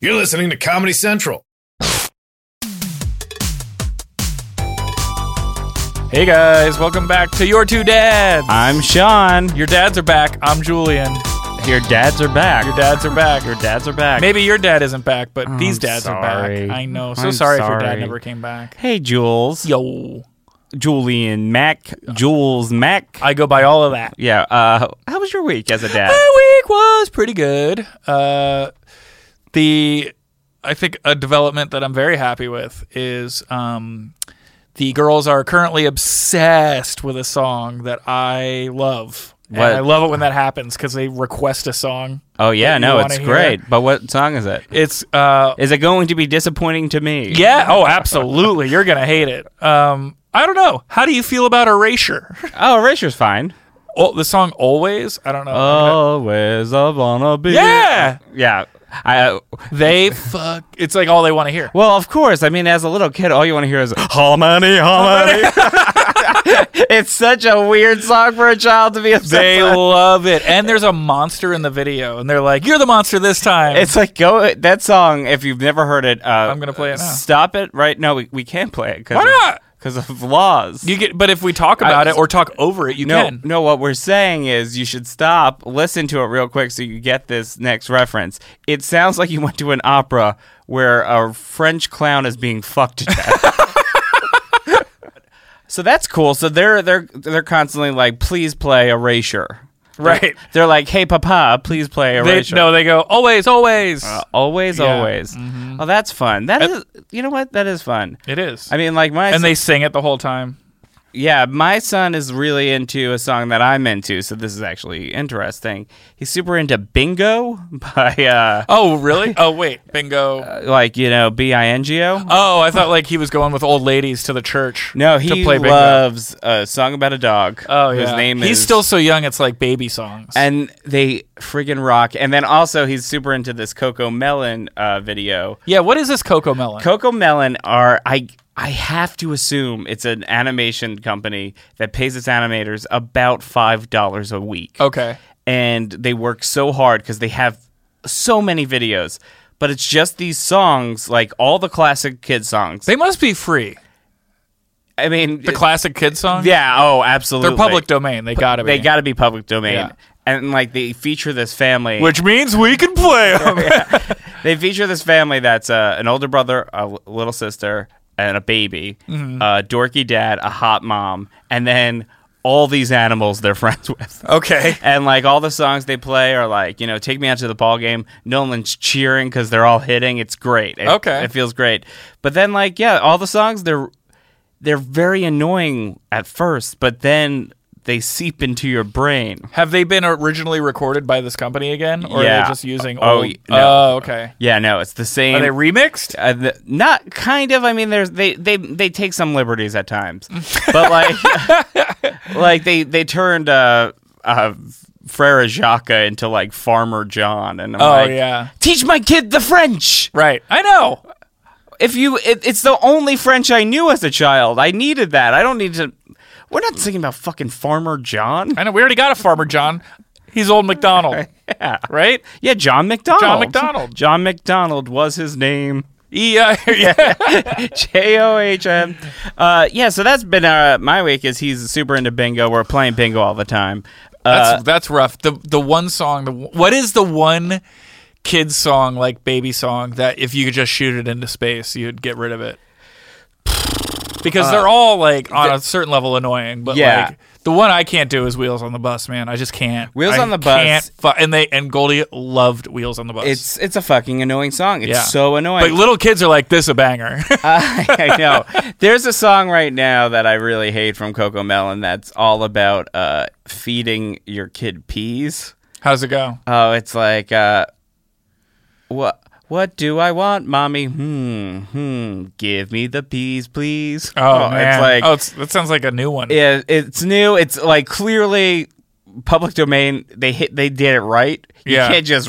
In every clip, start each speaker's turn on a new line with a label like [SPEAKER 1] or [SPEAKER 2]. [SPEAKER 1] You're listening to Comedy Central.
[SPEAKER 2] Hey guys, welcome back to Your Two Dads.
[SPEAKER 3] I'm Sean.
[SPEAKER 2] your dads are back. I'm Julian.
[SPEAKER 3] Your dads are back.
[SPEAKER 2] Your dads are back.
[SPEAKER 3] Your dads are back.
[SPEAKER 2] Maybe your dad isn't back, but
[SPEAKER 3] I'm
[SPEAKER 2] these dads are
[SPEAKER 3] sorry.
[SPEAKER 2] back. I know. So
[SPEAKER 3] I'm
[SPEAKER 2] sorry, if your dad
[SPEAKER 3] sorry.
[SPEAKER 2] never came back.
[SPEAKER 3] Hey, Jules.
[SPEAKER 2] Yo,
[SPEAKER 3] Julian Mac. Jules Mac.
[SPEAKER 2] I go by all of that.
[SPEAKER 3] yeah. Uh, how was your week as a dad?
[SPEAKER 2] My week was pretty good. Uh, the I think a development that I'm very happy with is um, the girls are currently obsessed with a song that I love. And
[SPEAKER 3] What?
[SPEAKER 2] I love it when that happens because they request a song.
[SPEAKER 3] Oh yeah,
[SPEAKER 2] that you
[SPEAKER 3] no,
[SPEAKER 2] wanna
[SPEAKER 3] it's
[SPEAKER 2] hear.
[SPEAKER 3] great. But what song is it?
[SPEAKER 2] It's uh,
[SPEAKER 3] Is it going to be disappointing to me?
[SPEAKER 2] Yeah. Oh, absolutely. You're gonna hate it. Um, I don't know. How do you feel about Erasure?
[SPEAKER 3] Oh, Erasure's fine.
[SPEAKER 2] Oh, the song Always. I don't know.
[SPEAKER 3] Oh, Always I wanna be.
[SPEAKER 2] Yeah!
[SPEAKER 3] Yeah. I. uh,
[SPEAKER 2] they fuck. It's like all they want to hear.
[SPEAKER 3] Well, of course. I mean, as a little kid, all you want to hear is harmony, harmony. it's such a weird song for a child to be obsessed
[SPEAKER 2] They
[SPEAKER 3] with.
[SPEAKER 2] love it. And there's a monster in the video, and they're like, "You're the monster this time."
[SPEAKER 3] It's like go that song. If you've never heard it, uh, I'm
[SPEAKER 2] gonna play it now.
[SPEAKER 3] Stop it right now. We, we can't play it. Cause
[SPEAKER 2] Why not?
[SPEAKER 3] Because of laws.
[SPEAKER 2] you get. But if we talk about
[SPEAKER 3] I-
[SPEAKER 2] it or talk over it, you
[SPEAKER 3] no,
[SPEAKER 2] can.
[SPEAKER 3] no. What we're saying is you should stop, listen to it real quick, so you get this next reference. It sounds like you went to an opera where a French clown is being fucked to death. so that's cool. So they're they're they're constantly like, please play Erasure.
[SPEAKER 2] Right.
[SPEAKER 3] They're like, hey, Papa, please play
[SPEAKER 2] They,
[SPEAKER 3] Erasure. Uh,
[SPEAKER 2] no, they go always, always.
[SPEAKER 3] Always,
[SPEAKER 2] Yeah. Mm-hmm.
[SPEAKER 3] always. Oh, that's fun. That is, you know what? That is fun.
[SPEAKER 2] it is.
[SPEAKER 3] I mean, like my,
[SPEAKER 2] and
[SPEAKER 3] son,
[SPEAKER 2] they sing it the whole time.
[SPEAKER 3] yeah, my son is really into a song that I'm into, so this is actually interesting. He's super into Bingo by,
[SPEAKER 2] Oh, really? oh, wait. Bingo.
[SPEAKER 3] uh, like you know, B I N G O.
[SPEAKER 2] oh, I thought like he was going with old ladies to the church.
[SPEAKER 3] No, he
[SPEAKER 2] to play bingo.
[SPEAKER 3] loves a song about a dog.
[SPEAKER 2] Oh yeah.
[SPEAKER 3] whose name
[SPEAKER 2] He's
[SPEAKER 3] is
[SPEAKER 2] still so young. It's like baby songs.
[SPEAKER 3] and they friggin' rock. And then also he's super into this Coco Melon uh, video.
[SPEAKER 2] yeah. What is this Coco Melon?
[SPEAKER 3] Coco Melon are I I have to assume it's an animation company that pays its animators about five dollars a week.
[SPEAKER 2] okay.
[SPEAKER 3] And they work so hard because they have so many videos. But it's just these songs, like all the classic kid songs.
[SPEAKER 2] They must be free.
[SPEAKER 3] I mean,
[SPEAKER 2] The classic kid songs.
[SPEAKER 3] yeah, oh, absolutely.
[SPEAKER 2] They're public domain. They gotta be.
[SPEAKER 3] They got to be public domain.
[SPEAKER 2] Yeah.
[SPEAKER 3] And like they feature this family.
[SPEAKER 2] Which means we can play 'em.
[SPEAKER 3] they feature this family that's uh, an older brother, a l- little sister, and a baby,
[SPEAKER 2] Mm-hmm.
[SPEAKER 3] a dorky dad, a hot mom, and then all these animals they're friends with.
[SPEAKER 2] okay.
[SPEAKER 3] And like all the songs they play are like, you know, take me out to the ball game. Nolan's cheering because they're all hitting. It's great. It-
[SPEAKER 2] Okay.
[SPEAKER 3] it feels great. But then like, yeah, all the songs they're they're very annoying at first, but then they seep into your brain.
[SPEAKER 2] Have they been originally recorded by this company again, or are
[SPEAKER 3] Yeah.
[SPEAKER 2] they just using?
[SPEAKER 3] Oh,
[SPEAKER 2] old-
[SPEAKER 3] y- no.
[SPEAKER 2] Oh, okay.
[SPEAKER 3] Yeah, no, it's the same.
[SPEAKER 2] Are they remixed?
[SPEAKER 3] uh, th- not kind of. I mean, there's they they they take some liberties at times, but like like they they turned uh uh Frere Jacques into like Farmer John, and I'm
[SPEAKER 2] Oh
[SPEAKER 3] like,
[SPEAKER 2] yeah.
[SPEAKER 3] teach my kid the French.
[SPEAKER 2] Right. I know.
[SPEAKER 3] If you, it, it's the only French I knew as a child. I needed that. I don't need to. We're not singing about fucking Farmer John.
[SPEAKER 2] I know. We already got a farmer John. He's old McDonald.
[SPEAKER 3] Yeah.
[SPEAKER 2] Right?
[SPEAKER 3] Yeah, John McDonald.
[SPEAKER 2] John McDonald.
[SPEAKER 3] John McDonald was his name.
[SPEAKER 2] Yeah. E, uh, yeah.
[SPEAKER 3] J O H M. Uh, yeah, so that's been uh, my week. Is he's super into bingo. We're playing bingo all the time. Uh,
[SPEAKER 2] That's that's rough. The the one song. The w- what is the one kid song like baby song that if you could just shoot it into space, you'd get rid of it? Because they're all like on a certain level annoying, but
[SPEAKER 3] Uh, Yeah.
[SPEAKER 2] like the one I can't do is Wheels on the Bus, man. I just can't.
[SPEAKER 3] Wheels
[SPEAKER 2] I
[SPEAKER 3] on the Bus-
[SPEAKER 2] can't fu- and they and Goldie loved Wheels on the Bus.
[SPEAKER 3] it's it's a fucking annoying song. It's
[SPEAKER 2] Yeah.
[SPEAKER 3] so
[SPEAKER 2] but
[SPEAKER 3] annoying.
[SPEAKER 2] little kids are like this a banger.
[SPEAKER 3] I know. There's a song right now that I really hate from Coco Melon that's all about uh, feeding your kid peas.
[SPEAKER 2] How's it go?
[SPEAKER 3] Oh, it's like, uh, what what do I want, mommy? Hmm, hmm. Give me the peas, please.
[SPEAKER 2] Oh, man.
[SPEAKER 3] it's like
[SPEAKER 2] oh, it's, that sounds like a new one.
[SPEAKER 3] Yeah, it's new. It's like clearly public domain. They hit. They did it right. You
[SPEAKER 2] Yeah.
[SPEAKER 3] can't just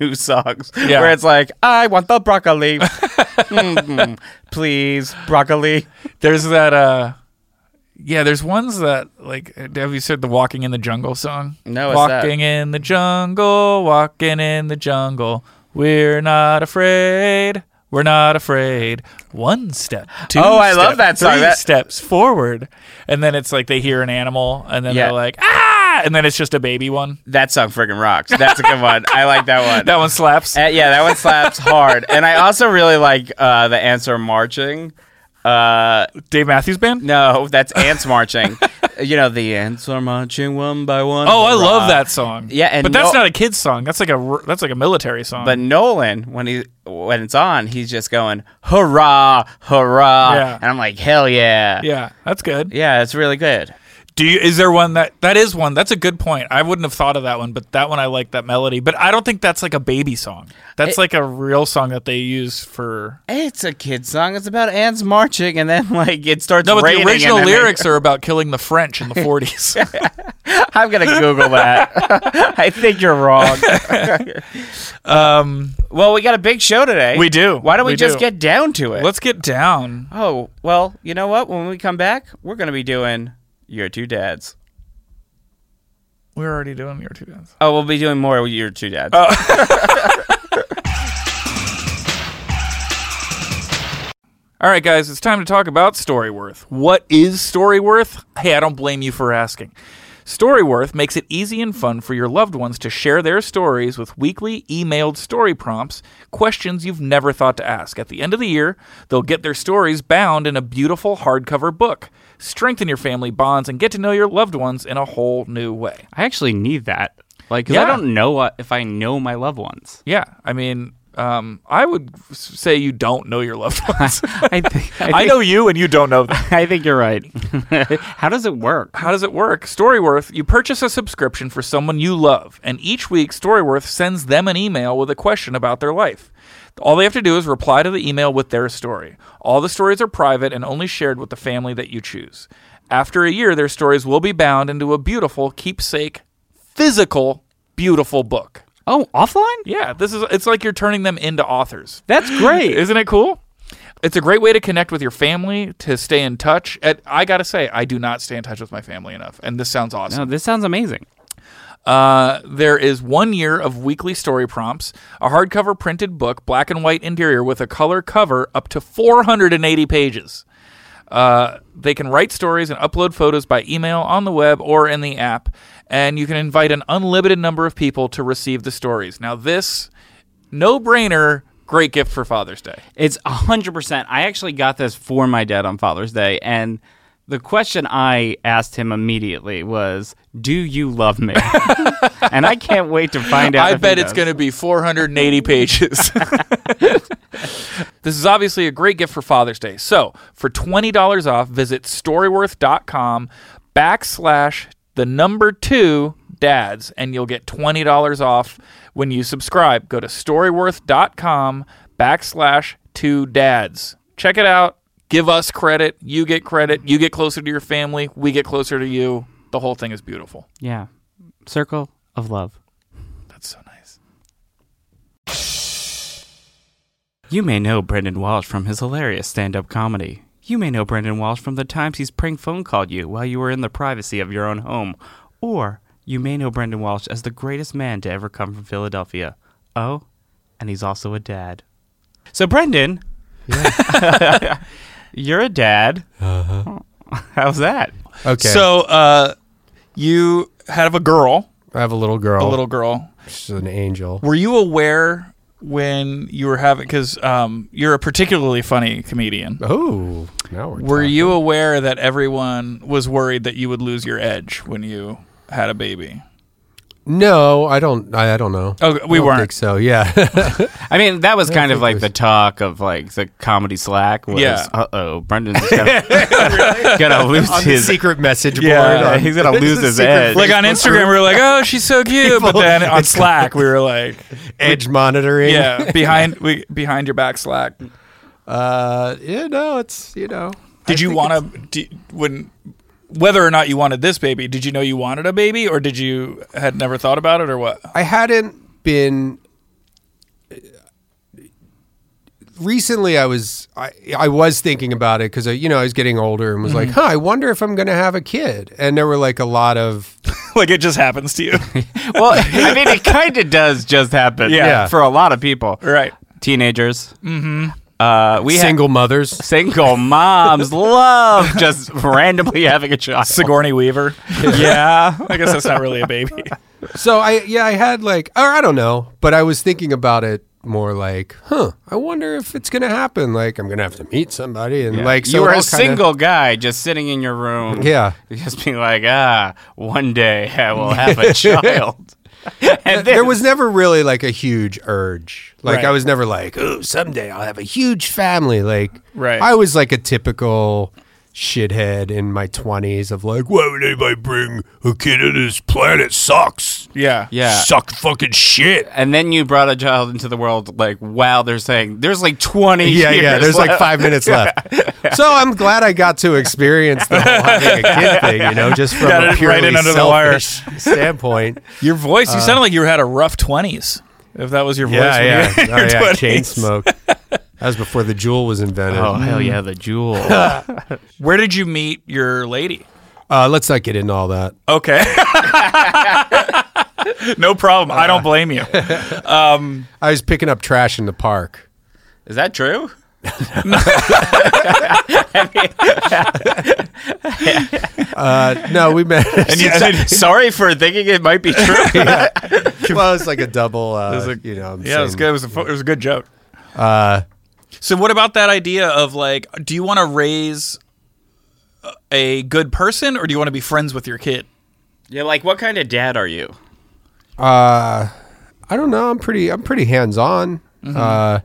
[SPEAKER 3] new songs
[SPEAKER 2] Yeah.
[SPEAKER 3] where it's like, I want the broccoli,
[SPEAKER 4] Mm-hmm.
[SPEAKER 3] Mm, please broccoli.
[SPEAKER 2] There's that. uh Yeah, there's ones that like. Have you said the "Walking in the Jungle" song?
[SPEAKER 3] No, what's that?
[SPEAKER 2] walking in the jungle, walking in the jungle, We're not afraid. We're not afraid. One step, two.
[SPEAKER 4] Oh, I
[SPEAKER 2] step,
[SPEAKER 4] love that song.
[SPEAKER 2] Three
[SPEAKER 4] That-
[SPEAKER 2] steps forward, and then it's like they hear an animal, and then
[SPEAKER 4] Yeah.
[SPEAKER 2] they're like, ah, and then it's just a baby one.
[SPEAKER 4] That song freaking rocks. That's a good one. I like that one.
[SPEAKER 2] That one slaps.
[SPEAKER 4] Uh, yeah, that one slaps hard. And I also really like uh, the answer marching. Uh,
[SPEAKER 2] Dave Matthews Band.
[SPEAKER 4] no, that's ants marching. you know, the ants are marching one by one.
[SPEAKER 2] Oh, I love
[SPEAKER 4] Hurrah.
[SPEAKER 2] that song.
[SPEAKER 4] Yeah, and
[SPEAKER 2] but that's
[SPEAKER 4] no-
[SPEAKER 2] not a kids song. That's like a r- that's like a military song.
[SPEAKER 4] But Nolan, when he when it's on, he's just going hurrah, hurrah,
[SPEAKER 2] Yeah.
[SPEAKER 4] and I'm like hell yeah,
[SPEAKER 2] yeah, that's good.
[SPEAKER 4] yeah, it's really good.
[SPEAKER 2] Do you is there one that that is one that's a good point. I wouldn't have thought of that one, but that one I like that melody. But I don't think that's like a baby song. That's like a real song that they use for
[SPEAKER 4] It's a kid song. It's about ants marching, and then like it starts.
[SPEAKER 2] No, but
[SPEAKER 4] raining
[SPEAKER 2] the
[SPEAKER 4] and
[SPEAKER 2] original
[SPEAKER 4] then they-
[SPEAKER 2] lyrics are about killing the French in the 40s.
[SPEAKER 4] I'm gonna Google that. I think you're wrong.
[SPEAKER 2] um,
[SPEAKER 4] well, we got a big show today.
[SPEAKER 2] We do.
[SPEAKER 4] Why don't we,
[SPEAKER 2] We
[SPEAKER 4] just
[SPEAKER 2] do.
[SPEAKER 4] get down to it?
[SPEAKER 2] let's get down.
[SPEAKER 4] oh, well, you know what? When we come back, we're gonna be doing your two dads.
[SPEAKER 2] We're already doing your two dance.
[SPEAKER 4] Oh, we'll be doing more with your two dads.
[SPEAKER 2] Uh, All right, guys, it's time to talk about Storyworth. What is Storyworth? Hey, I don't blame you for asking. Storyworth makes it easy and fun for your loved ones to share their stories with weekly emailed story prompts, questions you've never thought to ask. At the end of the year, they'll get their stories bound in a beautiful hardcover book. Strengthen your family bonds and get to know your loved ones in a whole new way.
[SPEAKER 3] I actually need that. Like, 'cause
[SPEAKER 2] Yeah.
[SPEAKER 3] I don't know what, if I know my loved ones.
[SPEAKER 2] Yeah, I mean, um, I would s- say you don't know your loved ones.
[SPEAKER 3] I, think, I,
[SPEAKER 2] I
[SPEAKER 3] think-
[SPEAKER 2] know you and you don't know them.
[SPEAKER 3] I think you're right. How does it work?
[SPEAKER 2] How does it work? Storyworth, you purchase a subscription for someone you love, and each week Storyworth sends them an email with a question about their life. All they have to do is reply to the email with their story. All the stories are private and only shared with the family that you choose. After a year, their stories will be bound into a beautiful keepsake, physical, beautiful book.
[SPEAKER 3] Oh, offline?
[SPEAKER 2] Yeah, this is it's like you're turning them into authors.
[SPEAKER 3] That's great.
[SPEAKER 2] Isn't it cool? It's a great way to connect with your family, to stay in touch. And I gotta say, I do not stay in touch with my family enough, and this sounds
[SPEAKER 3] no,
[SPEAKER 2] awesome.
[SPEAKER 3] Oh, this sounds amazing.
[SPEAKER 2] Uh, there is one year of weekly story prompts, a hardcover printed book, black and white interior with a color cover, up to 480 pages. Uh, they can write stories and upload photos by email, on the web, or in the app, and you can invite an unlimited number of people to receive the stories. Now, this no brainer, great gift for Father's Day.
[SPEAKER 3] It's 100%. I actually got this for my dad on Father's Day. And the question I asked him immediately was, Do you love me? and I can't wait to find out.
[SPEAKER 2] I
[SPEAKER 3] if he
[SPEAKER 2] bet it's
[SPEAKER 3] does.
[SPEAKER 2] going to be 480 pages. this is obviously a great gift for Father's Day. So for $20 off, visit storyworth.com backslash the number two dads, and you'll get $20 off when you subscribe. Go to storyworth.com backslash two dads. Check it out. Give us credit. You get credit. You get closer to your family. We get closer to you. The whole thing is beautiful.
[SPEAKER 3] Yeah. Circle of love.
[SPEAKER 2] That's so nice.
[SPEAKER 3] You may know Brendan Walsh from his hilarious stand up comedy. You may know Brendan Walsh from the times he's prank phone called you while you were in the privacy of your own home. Or you may know Brendan Walsh as the greatest man to ever come from Philadelphia. Oh, and he's also a dad. So, Brendan, you're a dad.
[SPEAKER 5] Uh-huh.
[SPEAKER 3] How's that?
[SPEAKER 5] Okay.
[SPEAKER 2] So uh, you have a girl,
[SPEAKER 5] I have a little girl.
[SPEAKER 2] a little girl.
[SPEAKER 5] She's an angel.
[SPEAKER 2] Were you aware when you were having? Because um, you're a particularly funny comedian.
[SPEAKER 5] Oh, now we're.
[SPEAKER 2] Were
[SPEAKER 5] talking.
[SPEAKER 2] you aware that everyone was worried that you would lose your edge when you had a baby?
[SPEAKER 5] No, I don't. I, I don't know.
[SPEAKER 2] Oh, we
[SPEAKER 5] I don't
[SPEAKER 2] weren't.
[SPEAKER 5] think so. Yeah.
[SPEAKER 3] I mean, that was kind of
[SPEAKER 5] think
[SPEAKER 3] like
[SPEAKER 5] there's-
[SPEAKER 3] the talk of like the comedy slack was,
[SPEAKER 2] Yeah.
[SPEAKER 3] uh oh, Brendan's gonna, gonna lose
[SPEAKER 5] on the
[SPEAKER 3] his
[SPEAKER 5] secret message board.
[SPEAKER 2] Yeah,
[SPEAKER 5] on-
[SPEAKER 3] he's gonna
[SPEAKER 5] This is
[SPEAKER 3] lose
[SPEAKER 5] a
[SPEAKER 3] his
[SPEAKER 5] secret
[SPEAKER 3] edge.
[SPEAKER 2] Like on Instagram, we were like, "Oh, she's so cute," but then on Slack, we were like,
[SPEAKER 5] edge monitoring.
[SPEAKER 2] "Yeah, behind we, behind your back, Slack."
[SPEAKER 5] Uh, yeah. No, it's you know.
[SPEAKER 2] Did you want to when? Whether or not you wanted this baby, did you know you wanted a baby, or did you had never thought about it, or what?
[SPEAKER 5] I hadn't been. uh, Recently, I was I, I was thinking about
[SPEAKER 2] Mm-hmm.
[SPEAKER 5] it because you know I was getting older and was like, huh, I wonder if I'm going to have a kid. And there were like a lot of
[SPEAKER 2] like it just happens to you.
[SPEAKER 3] well, I mean, it kind of does just happen.
[SPEAKER 2] Yeah.
[SPEAKER 5] Yeah.
[SPEAKER 3] for a lot of people,
[SPEAKER 2] right.
[SPEAKER 3] teenagers. Mm-hmm. Uh, we have
[SPEAKER 5] Single mothers.
[SPEAKER 3] single moms love just randomly having a child.
[SPEAKER 2] Sigourney Weaver. yeah. I guess that's not really a baby.
[SPEAKER 5] So I yeah, I had like or I don't know, but I was thinking about it more like, huh, I wonder if it's gonna happen. Like I'm gonna have to meet somebody and like so
[SPEAKER 3] you
[SPEAKER 5] it
[SPEAKER 3] were a
[SPEAKER 5] all kinda-
[SPEAKER 3] single guy just sitting in your room.
[SPEAKER 5] Yeah.
[SPEAKER 3] Just being like, ah, one day I will have a child. And
[SPEAKER 5] There was never really like a huge urge. Like
[SPEAKER 2] Right.
[SPEAKER 5] I was never like, oh, someday I'll have a huge family. Like
[SPEAKER 2] Right.
[SPEAKER 5] I was like a typical shithead in my twenties of like, why would anybody bring a kid to this planet? Sucks.
[SPEAKER 2] Yeah.
[SPEAKER 3] Yeah.
[SPEAKER 5] Suck fucking shit.
[SPEAKER 3] and then you brought a child into the world like wow they're saying there's like 20
[SPEAKER 5] Yeah, yeah.
[SPEAKER 3] years
[SPEAKER 5] There's like
[SPEAKER 3] left.
[SPEAKER 5] five minutes left. So I'm glad I got to experience the whole having a kid thing, you know, just from
[SPEAKER 2] Got it
[SPEAKER 5] a
[SPEAKER 2] right
[SPEAKER 5] purely
[SPEAKER 2] in under the wire.
[SPEAKER 5] selfish standpoint.
[SPEAKER 2] Your voice, you sounded like you had a rough 20s. If that was your voice. when you
[SPEAKER 5] Yeah,
[SPEAKER 2] were in
[SPEAKER 5] yeah. Oh,
[SPEAKER 2] your
[SPEAKER 5] yeah.
[SPEAKER 2] 20s.
[SPEAKER 5] Chain smoke. That was before the jewel was invented.
[SPEAKER 3] oh hell yeah the jewel
[SPEAKER 2] Where did you meet your lady?
[SPEAKER 5] Uh, let's not get into all that.
[SPEAKER 2] Okay. no problem. I don't blame you.
[SPEAKER 5] I was picking up trash in the park.
[SPEAKER 3] is that true
[SPEAKER 5] Uh, no, we met.
[SPEAKER 3] sorry for thinking it might be true
[SPEAKER 5] well, it's like a double. Uh,
[SPEAKER 2] was a-
[SPEAKER 5] you know, I'm
[SPEAKER 2] yeah, it was
[SPEAKER 5] saying-
[SPEAKER 2] good. It was a, fu- it was a good joke. so what about that idea of like, do you want to raise a good person or do you want to be friends with your kid?
[SPEAKER 4] Yeah, like what kind of dad are you?
[SPEAKER 5] I don't know. I'm pretty. I'm pretty hands on.
[SPEAKER 2] Mm-hmm.
[SPEAKER 5] Uh,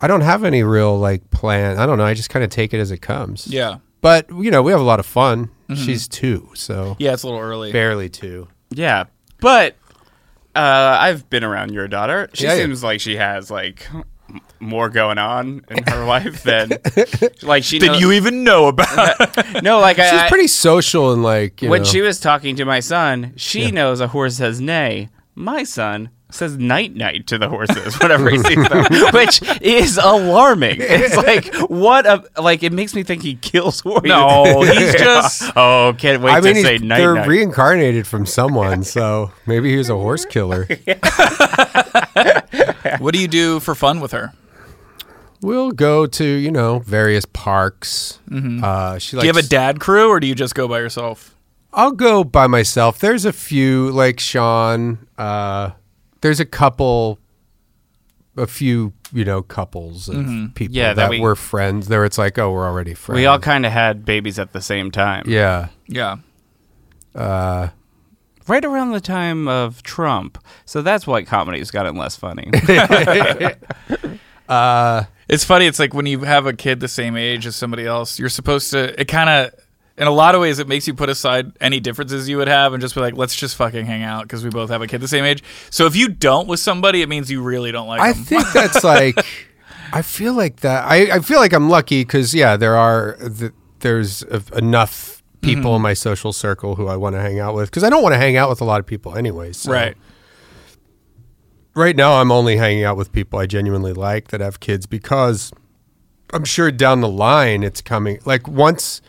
[SPEAKER 5] I don't have any real like plan. I don't know. I just kind of take it as it comes.
[SPEAKER 2] Yeah,
[SPEAKER 5] But you know, we have a lot of fun. She's two, so
[SPEAKER 2] yeah, it's a little early.
[SPEAKER 5] barely two.
[SPEAKER 4] Yeah, but uh, I've been around your daughter. She
[SPEAKER 5] Yeah, yeah.
[SPEAKER 4] seems like she has like m- more going on in her life than like she.
[SPEAKER 2] Did
[SPEAKER 4] know-
[SPEAKER 2] you even know about?
[SPEAKER 4] No, like I,
[SPEAKER 5] She's
[SPEAKER 4] I-
[SPEAKER 5] pretty social and like you
[SPEAKER 4] when
[SPEAKER 5] know.
[SPEAKER 4] she was talking to my son, she knows a horse says nay. My son says night night to the horses whenever he sees them, which is alarming. It's like what a like it makes me think he kills horses.
[SPEAKER 2] no, he's just
[SPEAKER 4] Oh, can't wait
[SPEAKER 5] I mean,
[SPEAKER 4] to say
[SPEAKER 5] he's-
[SPEAKER 4] night
[SPEAKER 5] they're
[SPEAKER 4] night.
[SPEAKER 5] reincarnated from someone, so maybe he was a horse killer.
[SPEAKER 2] what do you do for fun with her?
[SPEAKER 5] We'll go to you know various parks. Uh, she likes.
[SPEAKER 2] Do you have a dad crew or do you just go by yourself?
[SPEAKER 5] I'll go by myself. There's a few like Sean. Uh, there's a couple, a few you know couples of people
[SPEAKER 3] Yeah, that
[SPEAKER 5] that,
[SPEAKER 3] we-
[SPEAKER 5] were friends. There, it's like oh, we're already friends.
[SPEAKER 3] we all kind of had babies at the same time
[SPEAKER 5] yeah.
[SPEAKER 2] Yeah,
[SPEAKER 3] right around the time of trump so that's why comedy's gotten less funny
[SPEAKER 2] it's funny. It's like when you have a kid the same age as somebody else, you're supposed to. It kind of. In a lot of ways, it makes you put aside any differences you would have and just be like, let's just fucking hang out because we both have a kid the same age. So if you don't with somebody, it means you really don't like
[SPEAKER 5] I
[SPEAKER 2] them.
[SPEAKER 5] think that's like I feel like that. I, I feel like I'm lucky because yeah, there are th- there's a, enough
[SPEAKER 2] Mm-hmm.
[SPEAKER 5] people in my social circle who I want to hang out with because I don't want to hang out with a lot of people anyways. so-
[SPEAKER 2] Right.
[SPEAKER 5] Right now, I'm only hanging out with people I genuinely like that have kids because I'm sure down the line it's coming. Like once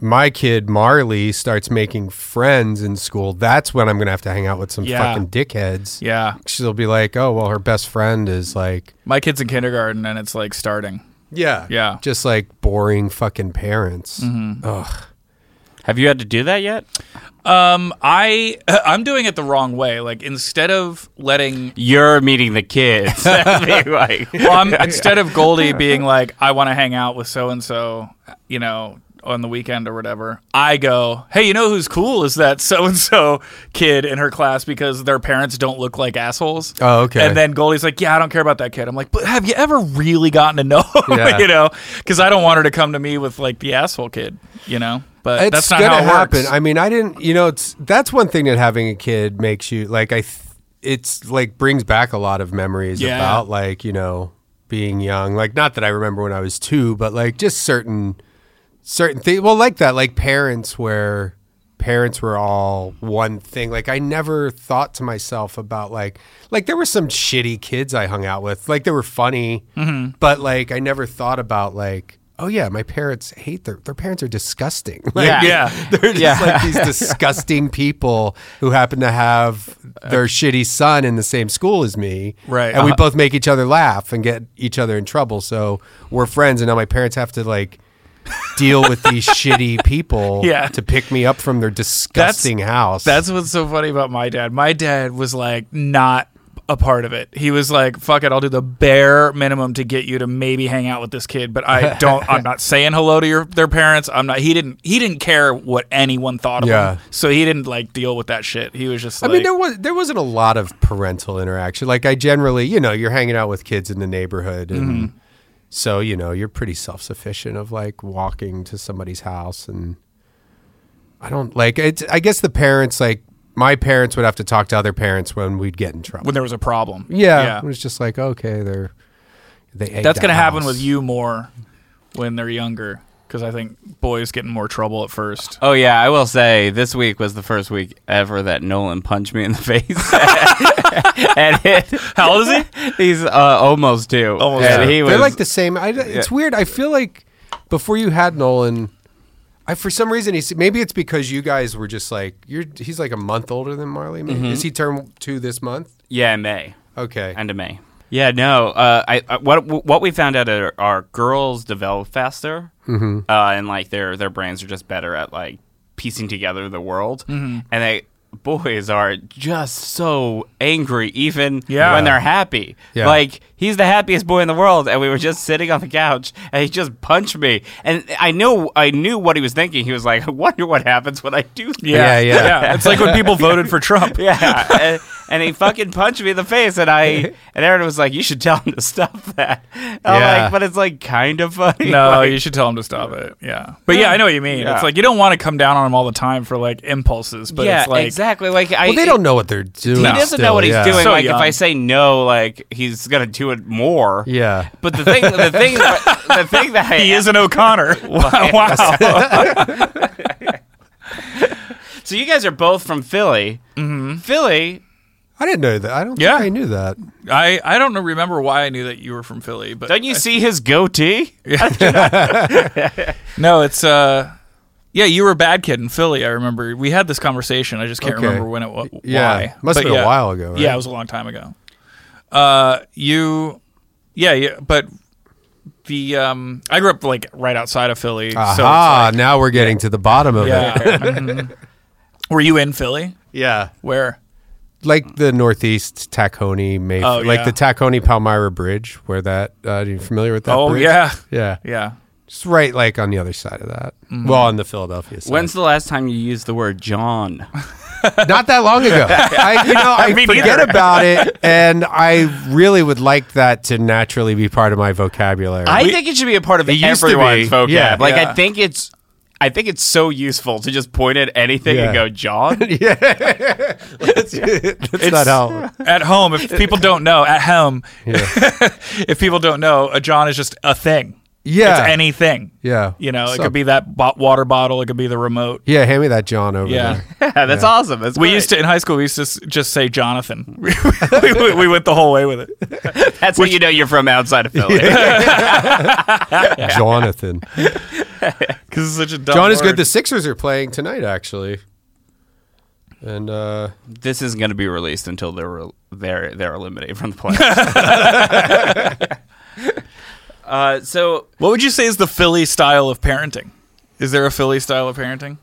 [SPEAKER 5] my kid Marley starts making friends in school, that's when I'm gonna have to hang out with some
[SPEAKER 2] Yeah.
[SPEAKER 5] fucking dickheads.
[SPEAKER 2] Yeah.
[SPEAKER 5] She'll be like, oh well, her best friend is like.
[SPEAKER 2] My kid's in kindergarten and it's like starting.
[SPEAKER 5] Yeah.
[SPEAKER 2] Yeah. Mm-hmm.
[SPEAKER 5] Just like boring fucking parents. Ugh.
[SPEAKER 3] have you had to do that yet
[SPEAKER 2] Um, I I'm doing it the wrong way. Like instead of letting
[SPEAKER 3] you're meeting the kids That'd be like-
[SPEAKER 2] well, I'm, instead of Goldie being like, I want to hang out with so and so, you know, on the weekend or whatever, I go, hey, you know who's cool is that so and so kid in her class because their parents don't look like assholes.
[SPEAKER 5] Oh, okay.
[SPEAKER 2] And then Goldie's like, yeah, I don't care about that kid. I'm like, but have you ever really gotten to know him?
[SPEAKER 5] Yeah.
[SPEAKER 2] you know, because I don't want her to come to me with like the asshole kid, you know. But
[SPEAKER 5] It's
[SPEAKER 2] that's not
[SPEAKER 5] gonna
[SPEAKER 2] how it
[SPEAKER 5] happen.
[SPEAKER 2] works.
[SPEAKER 5] I mean, I didn't, you know, it's that's one thing that having a kid makes you like I th- it's like brings back a lot of memories
[SPEAKER 2] Yeah.
[SPEAKER 5] about like, you know, being young. Like not that I remember when I was 2, but like just certain certain things well like that like parents where parents were all one thing like i never thought to myself about like like there were some shitty kids i hung out with like they were funny but like i never thought about like oh yeah, my parents hate their their parents are disgusting.
[SPEAKER 4] Yeah.
[SPEAKER 2] Yeah.
[SPEAKER 5] They're just
[SPEAKER 2] Yeah.
[SPEAKER 5] like these disgusting people who happen to have their shitty son in the same school as me.
[SPEAKER 2] Right. Uh-huh.
[SPEAKER 5] And we both make each other laugh and get each other in trouble. So we're friends and now my parents have to like deal with these shitty people
[SPEAKER 2] Yeah.
[SPEAKER 5] to pick me up from their disgusting house.
[SPEAKER 2] That's what's so funny about my dad. My dad was like not a part of it. He was like, "Fuck it, I'll do the bare minimum to get you to maybe hang out with this kid." But I don't. I'm not saying hello to your their parents. I'm not. He didn't. He didn't care what anyone thought of
[SPEAKER 5] Yeah.
[SPEAKER 2] him. So he didn't like deal with that shit. He was just.
[SPEAKER 5] I
[SPEAKER 2] Like,
[SPEAKER 5] mean, there was there wasn't a lot of parental interaction. Like I generally, you know, you're hanging out with kids in the neighborhood, and
[SPEAKER 2] Mm-hmm.
[SPEAKER 5] so you know, you're pretty self sufficient of like walking to somebody's house, and I don't like. It's, I guess the parents, like my parents, would have to talk to other parents when we'd get in trouble.
[SPEAKER 2] when there was a problem.
[SPEAKER 5] yeah, it was just like okay, they're they. egged
[SPEAKER 2] That's
[SPEAKER 5] the
[SPEAKER 2] gonna happen
[SPEAKER 5] house.
[SPEAKER 2] with you more when they're younger, because I think boys get in more trouble at first.
[SPEAKER 3] Oh yeah, I will say this week was the first week ever that Nolan punched me in the face. and it,
[SPEAKER 2] How old is he?
[SPEAKER 3] he's uh, almost due.
[SPEAKER 2] Almost
[SPEAKER 3] and
[SPEAKER 2] due.
[SPEAKER 3] he
[SPEAKER 5] They're
[SPEAKER 3] was
[SPEAKER 5] like the same. I, it's weird. I feel like before you had Nolan, I for some reason he's maybe it's because you guys were just like you're. He's like a month older than Marley. Maybe.
[SPEAKER 3] Mm-hmm.
[SPEAKER 5] Is he turned two this month?
[SPEAKER 3] yeah May
[SPEAKER 5] Okay.
[SPEAKER 3] end of May. Yeah, no. Uh, I, I what what we found out are, are girls develop faster, mm-hmm. uh, and like their their brains are just better at like piecing together the world, and they boys are just so angry even
[SPEAKER 2] Yeah.
[SPEAKER 3] when they're happy.
[SPEAKER 5] Yeah.
[SPEAKER 3] Like he's the happiest boy in the world, and we were just sitting on the couch, and he just punched me, and I knew I knew what he was thinking. He was like, "I wonder what happens when I do." That.
[SPEAKER 5] Yeah, yeah.
[SPEAKER 2] It's like when people voted for Trump.
[SPEAKER 3] Yeah, and, and he fucking punched me in the face, and I and Aaron was like, "You should tell him to stop that." I'm
[SPEAKER 5] Yeah.
[SPEAKER 3] like, but it's like kind of funny.
[SPEAKER 2] No,
[SPEAKER 3] Like,
[SPEAKER 2] you should tell him to stop it. Yeah, but yeah, I know what you mean.
[SPEAKER 3] Yeah.
[SPEAKER 2] It's like you don't want to come down on him all the time for like impulses, but
[SPEAKER 3] yeah,
[SPEAKER 2] it's like
[SPEAKER 3] exactly. Like I,
[SPEAKER 5] well, they don't know what they're doing.
[SPEAKER 3] He doesn't know
[SPEAKER 5] still,
[SPEAKER 3] what he's
[SPEAKER 5] yeah.
[SPEAKER 3] doing.
[SPEAKER 2] So
[SPEAKER 3] like
[SPEAKER 2] young.
[SPEAKER 3] if I say no, like he's gonna do it more.
[SPEAKER 5] Yeah.
[SPEAKER 3] But the thing, the thing, the thing that I,
[SPEAKER 2] he is an O'Connor. wow,
[SPEAKER 3] So you guys are both from Philly. Mm-hmm. Philly.
[SPEAKER 5] I didn't know that. I don't
[SPEAKER 2] Yeah.
[SPEAKER 5] think I knew that.
[SPEAKER 2] I I don't remember why I knew that you were from Philly, but
[SPEAKER 3] Don't you see his goatee?
[SPEAKER 2] no, it's uh. Yeah, you were a bad kid in Philly. I remember we had this conversation. I just can't
[SPEAKER 5] Okay.
[SPEAKER 2] remember when it was.
[SPEAKER 5] Yeah.
[SPEAKER 2] why.
[SPEAKER 5] Must've
[SPEAKER 2] But
[SPEAKER 5] been a
[SPEAKER 2] yeah.
[SPEAKER 5] while ago, right?
[SPEAKER 2] Yeah, it was a long time ago. Uh, you, yeah, yeah, but the um, I grew up like right outside of Philly. So it's
[SPEAKER 5] Aha! now we're getting to the bottom of
[SPEAKER 2] Yeah.
[SPEAKER 5] it.
[SPEAKER 2] Mhm. Were you in Philly?
[SPEAKER 5] Yeah.
[SPEAKER 2] Where?
[SPEAKER 5] Like the Northeast Tacony, Mayfield,
[SPEAKER 2] Oh,
[SPEAKER 5] like
[SPEAKER 2] yeah.
[SPEAKER 5] the Tacony Palmyra Bridge, where that. Uh, are you familiar with that?
[SPEAKER 2] Oh
[SPEAKER 5] bridge?
[SPEAKER 2] yeah.
[SPEAKER 5] Yeah.
[SPEAKER 2] Yeah.
[SPEAKER 5] It's right, like on the other side of that.
[SPEAKER 3] Mm-hmm.
[SPEAKER 5] Well, on the Philadelphia side.
[SPEAKER 3] When's the last time you used the word John?
[SPEAKER 5] not that long ago. I, you know, I
[SPEAKER 2] Me
[SPEAKER 5] forget
[SPEAKER 2] neither.
[SPEAKER 5] about it, and I really would like that to naturally be part of my vocabulary.
[SPEAKER 3] I think it should be a part of
[SPEAKER 5] used to
[SPEAKER 3] everyone's
[SPEAKER 5] be.
[SPEAKER 3] vocab.
[SPEAKER 5] Yeah.
[SPEAKER 3] like
[SPEAKER 2] Yeah.
[SPEAKER 3] I think it's, I think it's so useful to just point at anything
[SPEAKER 5] Yeah.
[SPEAKER 3] and go John.
[SPEAKER 5] that's, that's not how.
[SPEAKER 2] At home, if people don't know, at home, if people don't know, a John is just a thing.
[SPEAKER 5] Yeah.
[SPEAKER 2] It's anything.
[SPEAKER 5] Yeah.
[SPEAKER 2] You know, it
[SPEAKER 5] So-
[SPEAKER 2] could be that bo- water bottle. It could be the remote.
[SPEAKER 5] Yeah, hand me that John over
[SPEAKER 2] Yeah.
[SPEAKER 5] there.
[SPEAKER 3] That's awesome. That's
[SPEAKER 2] We
[SPEAKER 3] great.
[SPEAKER 2] used to in high school. We used to s- just say Jonathan. we, we, we went the whole way with it.
[SPEAKER 3] That's when you know you're from outside of Philly.
[SPEAKER 5] Jonathan.
[SPEAKER 2] Because it's such a dumb
[SPEAKER 5] John is good.
[SPEAKER 2] word.
[SPEAKER 5] The Sixers are playing tonight, actually. And uh,
[SPEAKER 3] This isn't going to be released until they're re- they're they're eliminated from the playoffs. uh, so
[SPEAKER 2] What would you say is the Philly style of parenting? Is there a Philly style of parenting?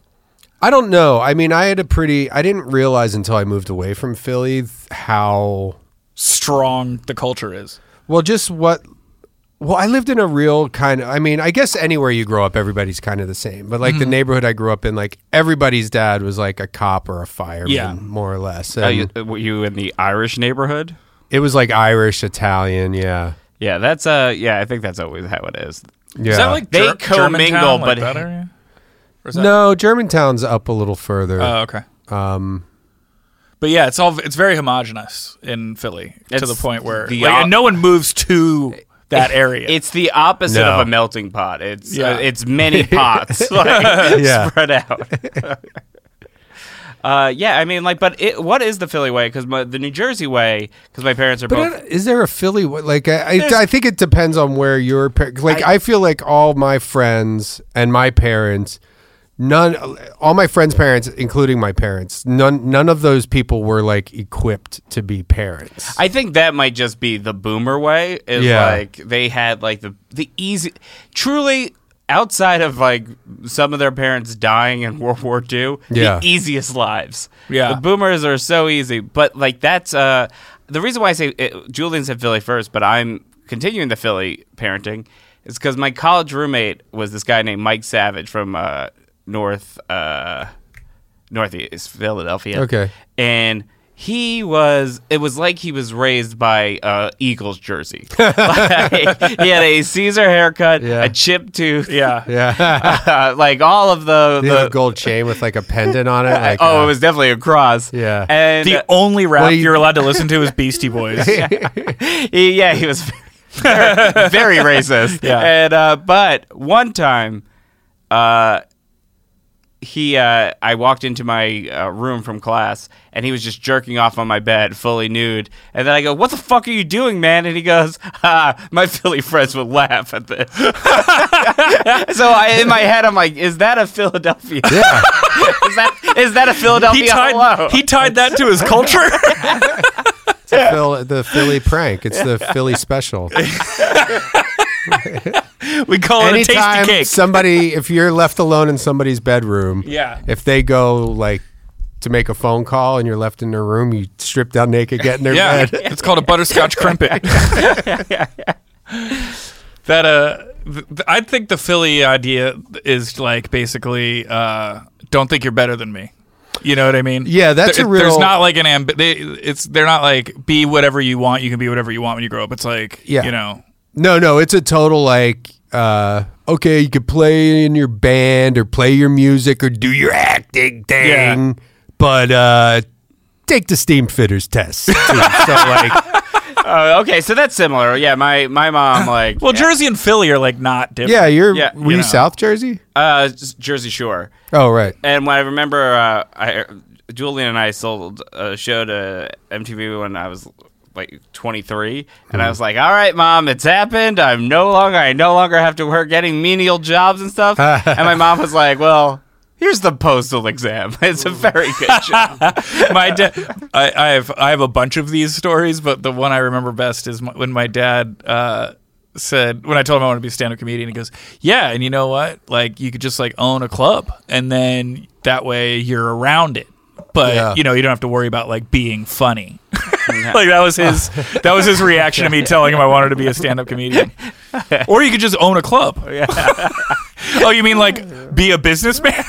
[SPEAKER 5] I don't know. I mean, I had a pretty. I didn't realize until I moved away from Philly th- how
[SPEAKER 2] Strong the culture is.
[SPEAKER 5] Well, just what. Well, I lived in a real kind of. I mean, I guess anywhere you grow up, everybody's kind of the same. But
[SPEAKER 2] Mm-hmm.
[SPEAKER 5] like the neighborhood I grew up in, like everybody's dad was like a cop or a fireman,
[SPEAKER 2] Yeah.
[SPEAKER 5] more or less.
[SPEAKER 3] uh,
[SPEAKER 5] And
[SPEAKER 3] you, were you in the Irish neighborhood?
[SPEAKER 5] it was like Irish, Italian, yeah,
[SPEAKER 3] Yeah, that's uh yeah. I think that's always how it is.
[SPEAKER 5] yeah.
[SPEAKER 2] Is that like
[SPEAKER 3] They
[SPEAKER 2] Ger- Germantown,
[SPEAKER 3] commingle,
[SPEAKER 2] like
[SPEAKER 3] but-
[SPEAKER 2] that area?
[SPEAKER 5] no Germantown's up a little further.
[SPEAKER 2] Oh, okay. Um, but yeah, it's all it's very homogenous in Philly to
[SPEAKER 3] It's
[SPEAKER 2] the point where
[SPEAKER 3] the
[SPEAKER 2] like,
[SPEAKER 3] op-
[SPEAKER 2] and no one moves to that area.
[SPEAKER 3] It's the opposite
[SPEAKER 5] No.
[SPEAKER 3] of a melting pot. It's
[SPEAKER 2] Yeah.
[SPEAKER 3] uh, it's many pots like,
[SPEAKER 5] Yeah.
[SPEAKER 3] spread out. Uh, yeah, I mean, like, but it, what is the Philly way? Because the New Jersey way, because my parents are
[SPEAKER 5] But
[SPEAKER 3] both.
[SPEAKER 5] I- is there a Philly way? Like, I, I, I think it depends on where your par- like. I, feel like all my friends and my parents, none, all my friends' parents, including my parents, none, none of those people were like equipped to be parents.
[SPEAKER 3] I think that might just be the boomer way. Is
[SPEAKER 5] Yeah.
[SPEAKER 3] like they had like the the easy, truly outside of like some of their parents dying in World War II,
[SPEAKER 5] Yeah.
[SPEAKER 3] the easiest lives.
[SPEAKER 2] Yeah.
[SPEAKER 3] the boomers are so easy. But like that's uh the reason why I say it, Julian said Philly first, but I'm continuing the Philly parenting is because my college roommate was this guy named Mike Savage from uh, North. Uh, Northeast Philadelphia.
[SPEAKER 5] Okay.
[SPEAKER 3] And he was it was like he was raised by uh Eagles jersey. like, he had a Caesar haircut,
[SPEAKER 5] Yeah.
[SPEAKER 3] a chip tooth,
[SPEAKER 2] Yeah.
[SPEAKER 5] yeah,
[SPEAKER 3] uh, like all of the,
[SPEAKER 5] they have
[SPEAKER 3] the
[SPEAKER 5] a gold chain with like a pendant on it. Like,
[SPEAKER 3] Oh,
[SPEAKER 5] uh,
[SPEAKER 3] it was definitely a cross.
[SPEAKER 5] Yeah.
[SPEAKER 3] And
[SPEAKER 2] The only rap
[SPEAKER 5] Well, you-
[SPEAKER 2] you're allowed to listen to is Beastie Boys.
[SPEAKER 3] he, yeah, he was very, very racist.
[SPEAKER 2] Yeah.
[SPEAKER 3] And uh, but one time, uh, he uh, I walked into my uh, room from class and he was just jerking off on my bed, fully nude. And then I go, "What the fuck are you doing, man?" And he goes, "Ha! My Philly friends would laugh at this." so I, in my head, I'm like, "Is that a Philadelphia?
[SPEAKER 5] yeah.
[SPEAKER 3] is that is that a Philadelphia
[SPEAKER 2] He tied,
[SPEAKER 3] hello?"
[SPEAKER 2] he tied that to his culture.
[SPEAKER 5] Phil, the Philly prank. It's the Philly special.
[SPEAKER 2] we call it a tasty
[SPEAKER 5] Anytime
[SPEAKER 2] cake.
[SPEAKER 5] somebody, if you're left alone in somebody's bedroom,
[SPEAKER 2] Yeah.
[SPEAKER 5] if they go like to make a phone call and you're left in their room, you strip down naked, get in their
[SPEAKER 2] Yeah,
[SPEAKER 5] bed.
[SPEAKER 2] it's called a butterscotch crimpet. that uh, th- th- I think the Philly idea is like basically uh, don't think you're better than me. You know what I mean?
[SPEAKER 5] Yeah, that's
[SPEAKER 2] There-
[SPEAKER 5] a real-
[SPEAKER 2] There's not like an amb. They, it's they're not like be whatever you want. You can be whatever you want when you grow up. It's like
[SPEAKER 5] Yeah.
[SPEAKER 2] you know.
[SPEAKER 5] No, no, it's a total like uh okay, you could play in your band or play your music or do your acting thing,
[SPEAKER 2] Yeah.
[SPEAKER 5] but uh take the steam fitters test. too. so like
[SPEAKER 3] Oh, okay, so that's similar. Yeah, my my mom like
[SPEAKER 2] Well, Jersey and Philly are like not different.
[SPEAKER 5] yeah, you're
[SPEAKER 3] Yeah,
[SPEAKER 5] were you
[SPEAKER 3] you know.
[SPEAKER 5] South Jersey?
[SPEAKER 3] uh, Jersey Shore.
[SPEAKER 5] Oh right.
[SPEAKER 3] And when I remember, uh, I, Julian and I sold a show to MTV when I was like 23, and I was like, "All right, mom, it's happened. I'm no longer, I no longer have to work getting menial jobs and stuff." and my mom was like, "Well." Here's the postal exam. It's a very good job.
[SPEAKER 2] my dad I, I have i have a bunch of these stories but the one i remember best is my, when my dad uh said when i told him i want to be a stand-up comedian he goes yeah and you know what like you could just like own a club and then that way you're around it but
[SPEAKER 5] Yeah.
[SPEAKER 2] you know you don't have to worry about like being funny like that was his that was his reaction to me telling him i wanted to be a stand-up comedian or you could just own a club oh you mean like be a businessman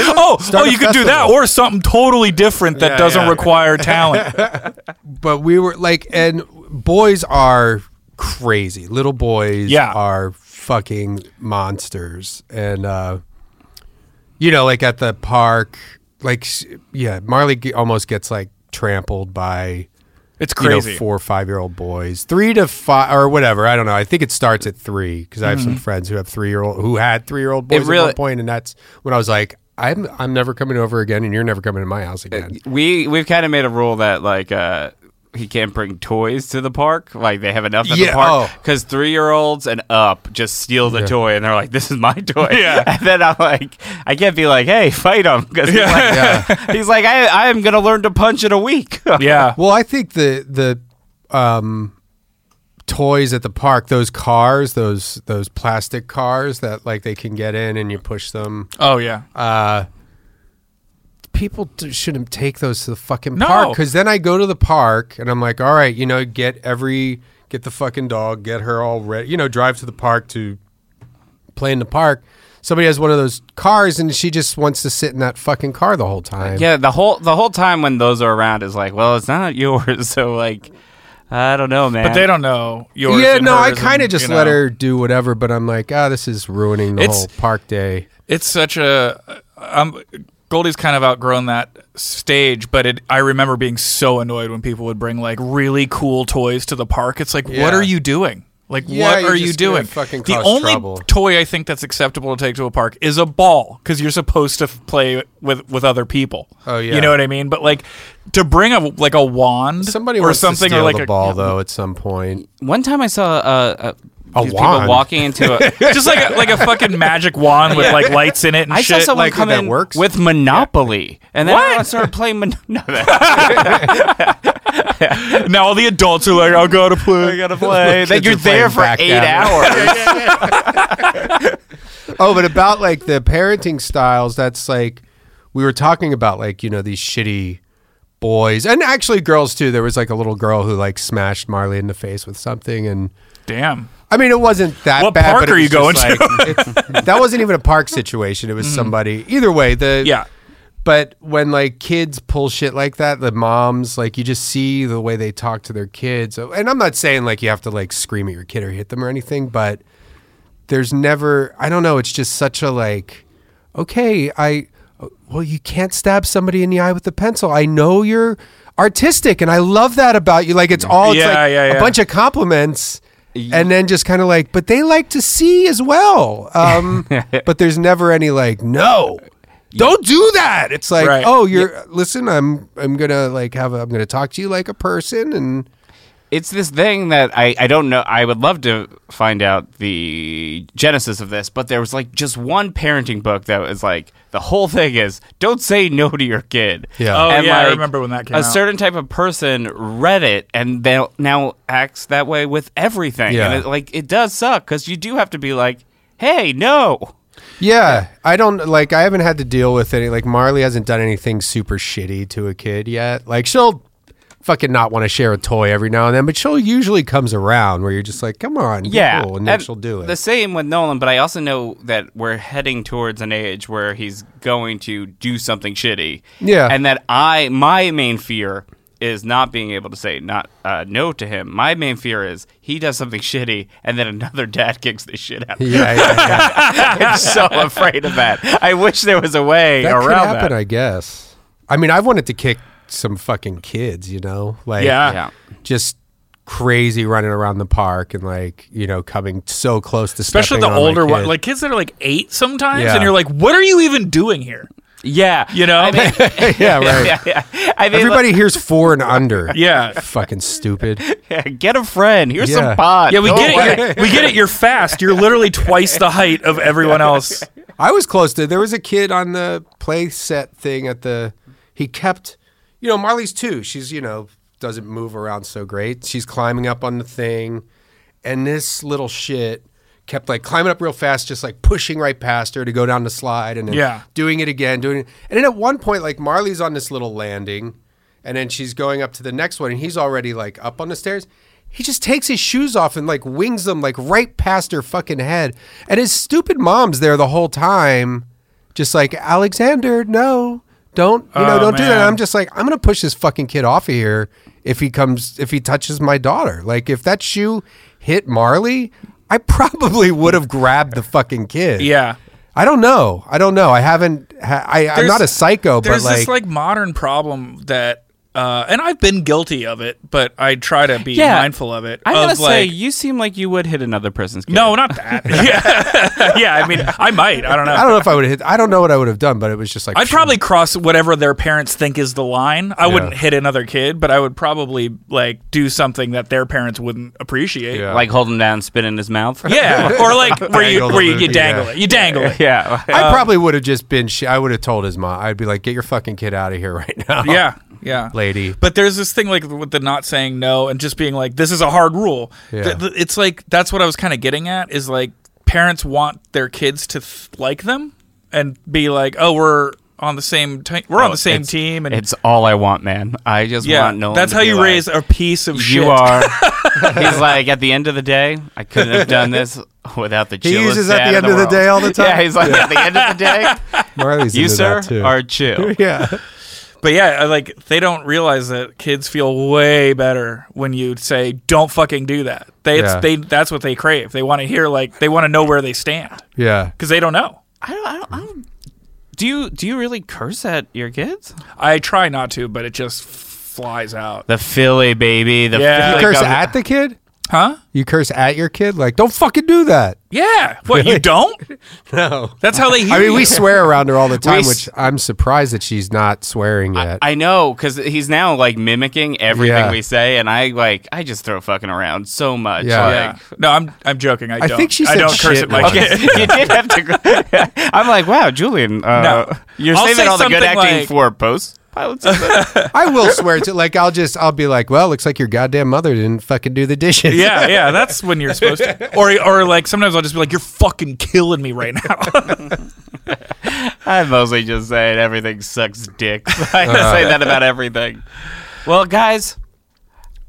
[SPEAKER 2] Oh, oh,
[SPEAKER 5] Start a
[SPEAKER 2] you could do that,
[SPEAKER 5] festival.
[SPEAKER 2] or something totally different that
[SPEAKER 5] Yeah,
[SPEAKER 2] doesn't
[SPEAKER 5] yeah.
[SPEAKER 2] require talent.
[SPEAKER 5] But we were like and boys are crazy. Little boys
[SPEAKER 2] Yeah.
[SPEAKER 5] are fucking monsters. And uh you know, like at the park, like s- yeah, Marley g- almost gets like trampled by
[SPEAKER 2] It's
[SPEAKER 5] you know,
[SPEAKER 2] crazy.
[SPEAKER 5] four or five year old boys, three to five or whatever. I don't know. I think it starts at three because I have
[SPEAKER 2] Mm-hmm.
[SPEAKER 5] some friends who have three year old who had three year old boys at
[SPEAKER 3] really-
[SPEAKER 5] one point, and that's when I was like, I'm I'm never coming over again, and you're never coming to my house
[SPEAKER 2] Uh,
[SPEAKER 5] again.
[SPEAKER 3] We we've kind of made a rule that like uh, he can't bring toys to the park. Like they have enough at
[SPEAKER 5] Yeah,
[SPEAKER 3] the
[SPEAKER 5] oh.
[SPEAKER 3] park because three year olds and up just steal the toy and they're like, "This is my toy."
[SPEAKER 2] Yeah.
[SPEAKER 3] And then I'm like, I can't be like, "Hey, fight him," because he's, like, he's like, "I I am gonna learn to punch in a week."
[SPEAKER 2] yeah,
[SPEAKER 5] Well, I think the the um, toys at the park, those cars, those those plastic cars that like they can get in and you push them.
[SPEAKER 2] oh yeah,
[SPEAKER 5] uh, people t- shouldn't take those to the fucking
[SPEAKER 2] No.
[SPEAKER 5] park because then I go to the park and I'm like, all right, you know, get every get the fucking dog, get her all ready, you know, drive to the park to play in the park. Somebody has one of those cars and she just wants to sit in that fucking car the whole time.
[SPEAKER 3] yeah. The whole the whole time when those are around is like, well, it's not yours, so like, I don't know, man.
[SPEAKER 2] but they don't know yours.
[SPEAKER 5] Yeah,
[SPEAKER 2] and
[SPEAKER 5] no, I
[SPEAKER 2] hers
[SPEAKER 5] kind of
[SPEAKER 2] and,
[SPEAKER 5] just
[SPEAKER 2] you know.
[SPEAKER 5] let her do whatever, but I'm like, ah, this is ruining the
[SPEAKER 2] It's-
[SPEAKER 5] whole park day.
[SPEAKER 2] It's such a. I'm Goldie's kind of outgrown that stage, but it. I remember being so annoyed when people would bring like really cool toys to the park. It's like,
[SPEAKER 5] Yeah.
[SPEAKER 2] what are you doing? Like,
[SPEAKER 5] Yeah,
[SPEAKER 2] what
[SPEAKER 5] you're
[SPEAKER 2] are you
[SPEAKER 5] just gonna
[SPEAKER 2] doing?
[SPEAKER 5] fucking
[SPEAKER 2] the
[SPEAKER 5] cause
[SPEAKER 2] only
[SPEAKER 5] trouble.
[SPEAKER 2] toy I think that's acceptable to take to a park is a ball because you're supposed to f- play with with other people.
[SPEAKER 5] Oh, yeah.
[SPEAKER 2] you know what I mean. But like to bring a like a wand
[SPEAKER 5] Somebody
[SPEAKER 2] or
[SPEAKER 5] wants
[SPEAKER 2] something
[SPEAKER 5] to steal
[SPEAKER 2] or like
[SPEAKER 5] the
[SPEAKER 2] a
[SPEAKER 5] ball though at some point.
[SPEAKER 3] One time I saw uh, uh,
[SPEAKER 5] A
[SPEAKER 3] these
[SPEAKER 5] wand.
[SPEAKER 3] people walking into a.
[SPEAKER 2] just like a, like a fucking magic wand with like lights in it. And
[SPEAKER 3] I saw
[SPEAKER 2] shit.
[SPEAKER 3] someone
[SPEAKER 5] like,
[SPEAKER 3] come
[SPEAKER 5] that
[SPEAKER 3] in
[SPEAKER 5] works?
[SPEAKER 3] with Monopoly, and then I started playing Mon- no, that-
[SPEAKER 2] now all the adults are like, I gotta play.
[SPEAKER 3] gotta play.
[SPEAKER 5] Kids are playing backgammon.
[SPEAKER 3] hours.
[SPEAKER 5] Oh, but about like the parenting styles, that's like we were talking about like, you know, these shitty boys and actually girls too. There was like a little girl who like smashed Marley in the face with something and
[SPEAKER 2] Damn.
[SPEAKER 5] I mean, it wasn't that
[SPEAKER 2] What
[SPEAKER 5] bad.
[SPEAKER 2] park
[SPEAKER 5] but it
[SPEAKER 2] are
[SPEAKER 5] was
[SPEAKER 2] you
[SPEAKER 5] just,
[SPEAKER 2] going to? Mm-hmm.
[SPEAKER 5] like, it's- that wasn't even a park situation. It was somebody. Either way, the
[SPEAKER 2] Yeah.
[SPEAKER 5] But when like kids pull shit like that, the moms like you just see the way they talk to their kids. And I'm not saying like you have to like scream at your kid or hit them or anything, but there's never. I don't know. It's just such a like. Okay, I. Well, you can't stab somebody in the eye with a pencil. I know you're artistic, and I love that about you. Like it's all. It's
[SPEAKER 2] Yeah,
[SPEAKER 5] like
[SPEAKER 2] yeah, yeah.
[SPEAKER 5] a bunch bunch of compliments and then just kind of like but they like to see as well um but there's never any like no don't do that it's like
[SPEAKER 2] Right.
[SPEAKER 5] oh you're listen i'm i'm gonna like have a, i'm gonna talk to you like a person and
[SPEAKER 3] it's this thing that I, I don't know. I would love to find out the genesis of this, but there was like just one parenting book that was like the whole thing is don't say no to your kid.
[SPEAKER 5] Yeah.
[SPEAKER 2] Oh, yeah, I remember when that came
[SPEAKER 3] A
[SPEAKER 2] out.
[SPEAKER 3] certain type of person read it and they now acts that way with everything.
[SPEAKER 5] Yeah.
[SPEAKER 3] And it, like it does suck because you do have to be like, hey, no.
[SPEAKER 5] yeah i don't like i haven't had to deal with any like marley hasn't done anything super shitty to a kid yet like she'll fucking not want to share a toy every now and then but she'll usually comes around where you're just like come on be
[SPEAKER 3] Yeah,
[SPEAKER 5] cool, and then
[SPEAKER 3] and
[SPEAKER 5] she'll do it
[SPEAKER 3] The same with Nolan, but I also know that we're heading towards an age where he's going to do something shitty.
[SPEAKER 5] Yeah.
[SPEAKER 3] and that I my main fear is not being able to say not uh, no to him. My main fear is he does something shitty and then another dad kicks the shit out. of him.
[SPEAKER 5] yeah, yeah, yeah.
[SPEAKER 3] I'm so afraid of that. I wish there was a way
[SPEAKER 5] that could
[SPEAKER 3] around
[SPEAKER 5] happen,
[SPEAKER 3] that.
[SPEAKER 5] I guess. I mean, I've wanted to kick some fucking kids, you know, like
[SPEAKER 2] Yeah.
[SPEAKER 3] yeah.
[SPEAKER 5] just crazy running around the park and like you know coming so close to
[SPEAKER 2] Especially
[SPEAKER 5] stepping
[SPEAKER 2] the
[SPEAKER 5] on my
[SPEAKER 2] older
[SPEAKER 5] kid.
[SPEAKER 2] one, like kids that are like eight sometimes,
[SPEAKER 5] Yeah.
[SPEAKER 2] and you're like, "What are you even doing here?"
[SPEAKER 3] Yeah.
[SPEAKER 2] You know?
[SPEAKER 3] I mean,
[SPEAKER 5] yeah, right.
[SPEAKER 3] yeah, yeah. I mean,
[SPEAKER 5] Everybody here's four and under.
[SPEAKER 2] Yeah,
[SPEAKER 5] fucking stupid.
[SPEAKER 3] like, get a friend. Here's
[SPEAKER 5] Yeah.
[SPEAKER 3] some pod.
[SPEAKER 2] yeah, we
[SPEAKER 3] Go
[SPEAKER 2] get
[SPEAKER 3] away.
[SPEAKER 2] it. We get it. You're fast. You're literally twice the height of everyone else.
[SPEAKER 5] I was close to. There was a kid on the play set thing at the. He kept, you know, Marley's too. She's you know doesn't move around so great. She's climbing up on the thing, and this little shit kept like climbing up real fast, just like pushing right past her to go down the slide, and then
[SPEAKER 2] Yeah.
[SPEAKER 5] doing it again, doing it. And then at one point, like Marley's on this little landing, and then she's going up to the next one, and he's already like up on the stairs. He just takes his shoes off and like wings them like right past her fucking head. And his stupid mom's there the whole time, just like, Alexander, no, don't, you know,
[SPEAKER 2] Oh,
[SPEAKER 5] don't do that.
[SPEAKER 2] man.
[SPEAKER 5] I'm just like, I'm going to push this fucking kid off of here if he comes, if he touches my daughter. Like, if that shoe hit Marley, I probably would have grabbed the fucking kid.
[SPEAKER 2] Yeah.
[SPEAKER 5] I don't know. I don't know. I haven't. Ha- I, I'm
[SPEAKER 2] There's-
[SPEAKER 5] not a psycho, but
[SPEAKER 2] There's
[SPEAKER 5] like,
[SPEAKER 2] this like modern problem that, uh, and I've been guilty of it, but I try to be
[SPEAKER 3] Yeah.
[SPEAKER 2] mindful of it.
[SPEAKER 3] I'm
[SPEAKER 2] of,
[SPEAKER 3] gonna say
[SPEAKER 2] like-
[SPEAKER 3] you seem like you would hit another person's. Kid.
[SPEAKER 2] no, not that. yeah, yeah. I mean, I might. I don't know.
[SPEAKER 5] I don't know if I would hit. I don't know what I would have done, but it was just like
[SPEAKER 2] I'd probably cross whatever their parents think is the line. I wouldn't hit another kid, but I would probably like do something that their parents wouldn't appreciate.
[SPEAKER 5] Yeah.
[SPEAKER 3] like holding down, spit in his mouth.
[SPEAKER 2] Yeah, or like where you
[SPEAKER 5] Dangle
[SPEAKER 2] where you,
[SPEAKER 5] the
[SPEAKER 2] you
[SPEAKER 5] movie,
[SPEAKER 2] dangle
[SPEAKER 5] yeah.
[SPEAKER 2] it, you dangle it.
[SPEAKER 3] yeah.
[SPEAKER 2] um,
[SPEAKER 5] I probably would have just been. Sh- I would have told his mom. I'd be like, "Get your fucking kid out of here right now."
[SPEAKER 2] Yeah, yeah.
[SPEAKER 5] lady.
[SPEAKER 2] But there's this thing like with the not saying no and just being like, this is a hard rule.
[SPEAKER 5] Yeah.
[SPEAKER 2] Th- th- it's like that's what I was kind of getting at is like parents want their kids to th- like them and be like, oh, we're on the same t- we're on the same
[SPEAKER 3] it's-
[SPEAKER 2] team and
[SPEAKER 3] It's all I want, man. I just
[SPEAKER 2] yeah,
[SPEAKER 3] want Nolan.
[SPEAKER 2] that's
[SPEAKER 3] to
[SPEAKER 2] how
[SPEAKER 3] be
[SPEAKER 2] you
[SPEAKER 3] like,
[SPEAKER 2] raise a piece of shit.
[SPEAKER 3] You are. He's like, at the end of the day, I couldn't have done this without the.
[SPEAKER 5] He
[SPEAKER 3] chillest
[SPEAKER 5] uses at
[SPEAKER 3] dad
[SPEAKER 5] the
[SPEAKER 3] in
[SPEAKER 5] end of the
[SPEAKER 3] world."
[SPEAKER 5] day all the time?
[SPEAKER 3] Yeah, he's like, at the end of the day,
[SPEAKER 5] Marley's
[SPEAKER 3] you
[SPEAKER 5] into
[SPEAKER 3] sir
[SPEAKER 5] that, too.
[SPEAKER 3] are chill.
[SPEAKER 5] yeah.
[SPEAKER 2] But yeah, I, like they don't realize that kids feel way better when you say don't fucking do that. They it's,
[SPEAKER 5] Yeah.
[SPEAKER 2] they that's what they crave. They want to hear like they want to know where they stand
[SPEAKER 5] Yeah.
[SPEAKER 2] because they don't know.
[SPEAKER 3] I don't. I don't. I don't do you do you really curse at your kids?
[SPEAKER 2] I try not to, but it just flies out.
[SPEAKER 3] The Philly baby, the
[SPEAKER 2] Yeah.
[SPEAKER 3] Philly
[SPEAKER 5] Curse
[SPEAKER 3] gum-
[SPEAKER 5] at the kid.
[SPEAKER 2] Huh?
[SPEAKER 5] You curse at your kid? Like, don't fucking do that.
[SPEAKER 2] Yeah. What you don't?
[SPEAKER 5] No.
[SPEAKER 2] That's how they hear.
[SPEAKER 5] I mean,
[SPEAKER 2] you.
[SPEAKER 5] we swear around her all the time,
[SPEAKER 3] s-
[SPEAKER 5] which I'm surprised that she's not swearing yet.
[SPEAKER 3] I know, because he's now like mimicking everything
[SPEAKER 5] Yeah.
[SPEAKER 3] we say, and I like I just throw fucking around so much.
[SPEAKER 5] Yeah.
[SPEAKER 3] like-
[SPEAKER 2] Yeah. No, I'm I'm joking. I,
[SPEAKER 5] I
[SPEAKER 2] don't.
[SPEAKER 5] think she
[SPEAKER 2] I
[SPEAKER 5] said
[SPEAKER 2] don't curse
[SPEAKER 5] shit
[SPEAKER 2] at my
[SPEAKER 5] once.
[SPEAKER 2] kid.
[SPEAKER 3] Okay, you did have to. I'm like, wow, Julian, uh,
[SPEAKER 2] No.
[SPEAKER 3] you're
[SPEAKER 2] I'll say
[SPEAKER 3] saving all the good
[SPEAKER 2] something
[SPEAKER 3] acting
[SPEAKER 2] like-
[SPEAKER 3] for post pilots.
[SPEAKER 5] I will swear to like I'll just I'll be like, well, looks like your goddamn mother didn't fucking do the dishes.
[SPEAKER 2] Yeah, yeah, that's when you're supposed to. Or, or like sometimes I'll just be like, "You're fucking killing me right now."
[SPEAKER 3] I mostly just say everything sucks dick. I say that about everything. Well, guys,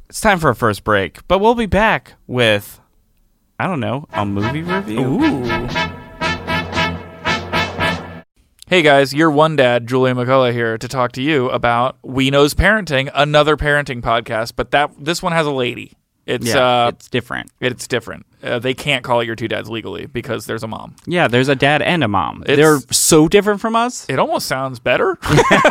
[SPEAKER 3] it's time for a first break, but we'll be back with I don't know a movie review.
[SPEAKER 2] hey guys, your one dad, Julia McCullough here to talk to you about We Knows Parenting, another parenting podcast, but that this one has a lady. It's
[SPEAKER 3] Yeah,
[SPEAKER 2] uh,
[SPEAKER 3] it's different.
[SPEAKER 2] it's different. Uh, they can't call it your two dads legally because there's a mom.
[SPEAKER 3] Yeah, there's a dad and a mom.
[SPEAKER 2] It's-
[SPEAKER 3] They're so different from us.
[SPEAKER 2] It almost sounds better.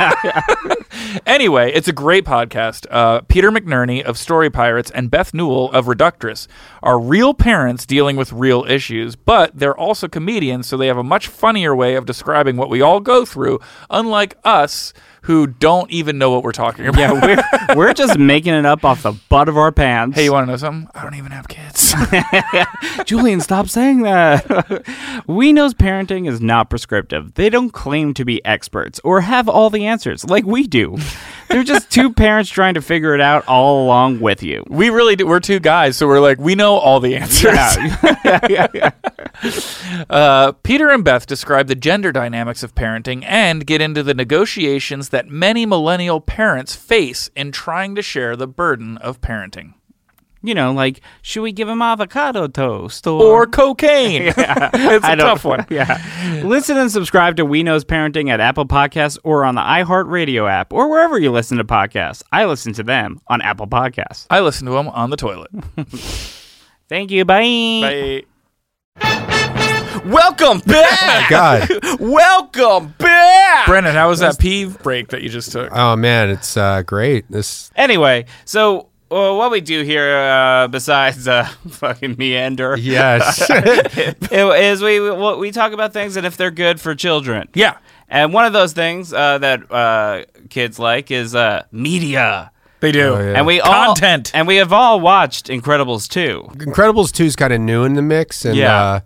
[SPEAKER 2] anyway, it's a great podcast. Uh, Peter McNerney of Story Pirates and Beth Newell of Reductress are real parents dealing with real issues, but they're also comedians, so they have a much funnier way of describing what we all go through, unlike us who don't even know what we're talking about.
[SPEAKER 3] Yeah, we're, we're just making it up off the butt of our pants.
[SPEAKER 2] Hey, you want to know something? I don't even have kids.
[SPEAKER 3] Julian, stop saying that. we knows parenting is not prescriptive. They don't claim to be experts or have all the answers like we do. They're just two parents trying to figure it out all along with you.
[SPEAKER 2] we really do. We're two guys, so we're like, we know all the answers. Uh, Peter and Beth describe the gender dynamics of parenting and get into the negotiations that many millennial parents face in trying to share the burden of parenting.
[SPEAKER 3] You know, like, should we give him avocado toast
[SPEAKER 2] Or cocaine. it's a
[SPEAKER 3] I don't-
[SPEAKER 2] tough one.
[SPEAKER 3] yeah. Listen and subscribe to We Knows Parenting at Apple Podcasts or on the iHeartRadio app or wherever you listen to podcasts. I listen to them on Apple Podcasts.
[SPEAKER 2] I listen to him on the toilet.
[SPEAKER 3] Thank you. Bye.
[SPEAKER 2] Bye.
[SPEAKER 4] Welcome back.
[SPEAKER 5] God.
[SPEAKER 4] Welcome back.
[SPEAKER 2] Brennan, how was that pee break that you just took?
[SPEAKER 5] Oh man, it's uh, great. This
[SPEAKER 3] Anyway, so uh, what we do here, uh, besides uh, fucking meander,
[SPEAKER 5] yes.
[SPEAKER 3] is we we we talk about things and if they're good for children.
[SPEAKER 2] Yeah.
[SPEAKER 3] And one of those things uh, that uh, kids like is uh, media.
[SPEAKER 2] They do.
[SPEAKER 5] Oh, yeah.
[SPEAKER 3] And we
[SPEAKER 2] Content.
[SPEAKER 3] all and we have all watched Incredibles 2.
[SPEAKER 5] Incredibles 2 is kind of new in the mix and
[SPEAKER 3] Yeah.
[SPEAKER 5] uh,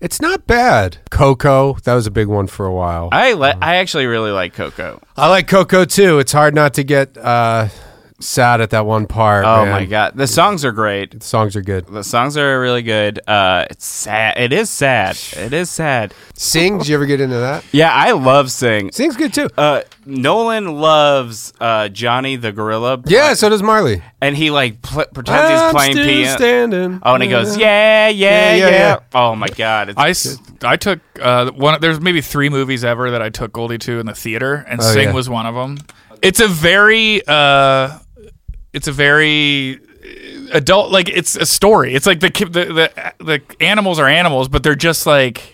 [SPEAKER 5] it's not bad. Coco, that was a big one for a while. I,
[SPEAKER 3] I li- I actually really like Coco.
[SPEAKER 5] like Coco too. It's hard not to get uh, sad at that one part.
[SPEAKER 3] Oh
[SPEAKER 5] man.
[SPEAKER 3] my god, the songs are great.
[SPEAKER 5] The songs are good.
[SPEAKER 3] The songs are really good. Uh, it's sad. It is sad. It is sad.
[SPEAKER 5] Sing, did you ever get into that?
[SPEAKER 3] Yeah, I love Sing.
[SPEAKER 5] Sing's good too.
[SPEAKER 3] uh, Nolan loves uh, Johnny the Gorilla.
[SPEAKER 5] yeah, so does Marley.
[SPEAKER 3] and he like pl- pretends he's playing
[SPEAKER 5] still
[SPEAKER 3] piano.
[SPEAKER 5] standing.
[SPEAKER 3] Oh, and he goes, yeah, yeah, yeah.
[SPEAKER 5] Yeah, yeah, yeah.
[SPEAKER 3] Oh my god, it's,
[SPEAKER 2] I, s- I took uh, one. There's maybe three movies ever that I took Goldie to in the theater, and
[SPEAKER 5] Oh,
[SPEAKER 2] Sing
[SPEAKER 5] yeah.
[SPEAKER 2] was one of them. It's a very, uh, it's a very uh, adult. Like it's a story. It's like the ki- the the, the animals are animals, but they're just like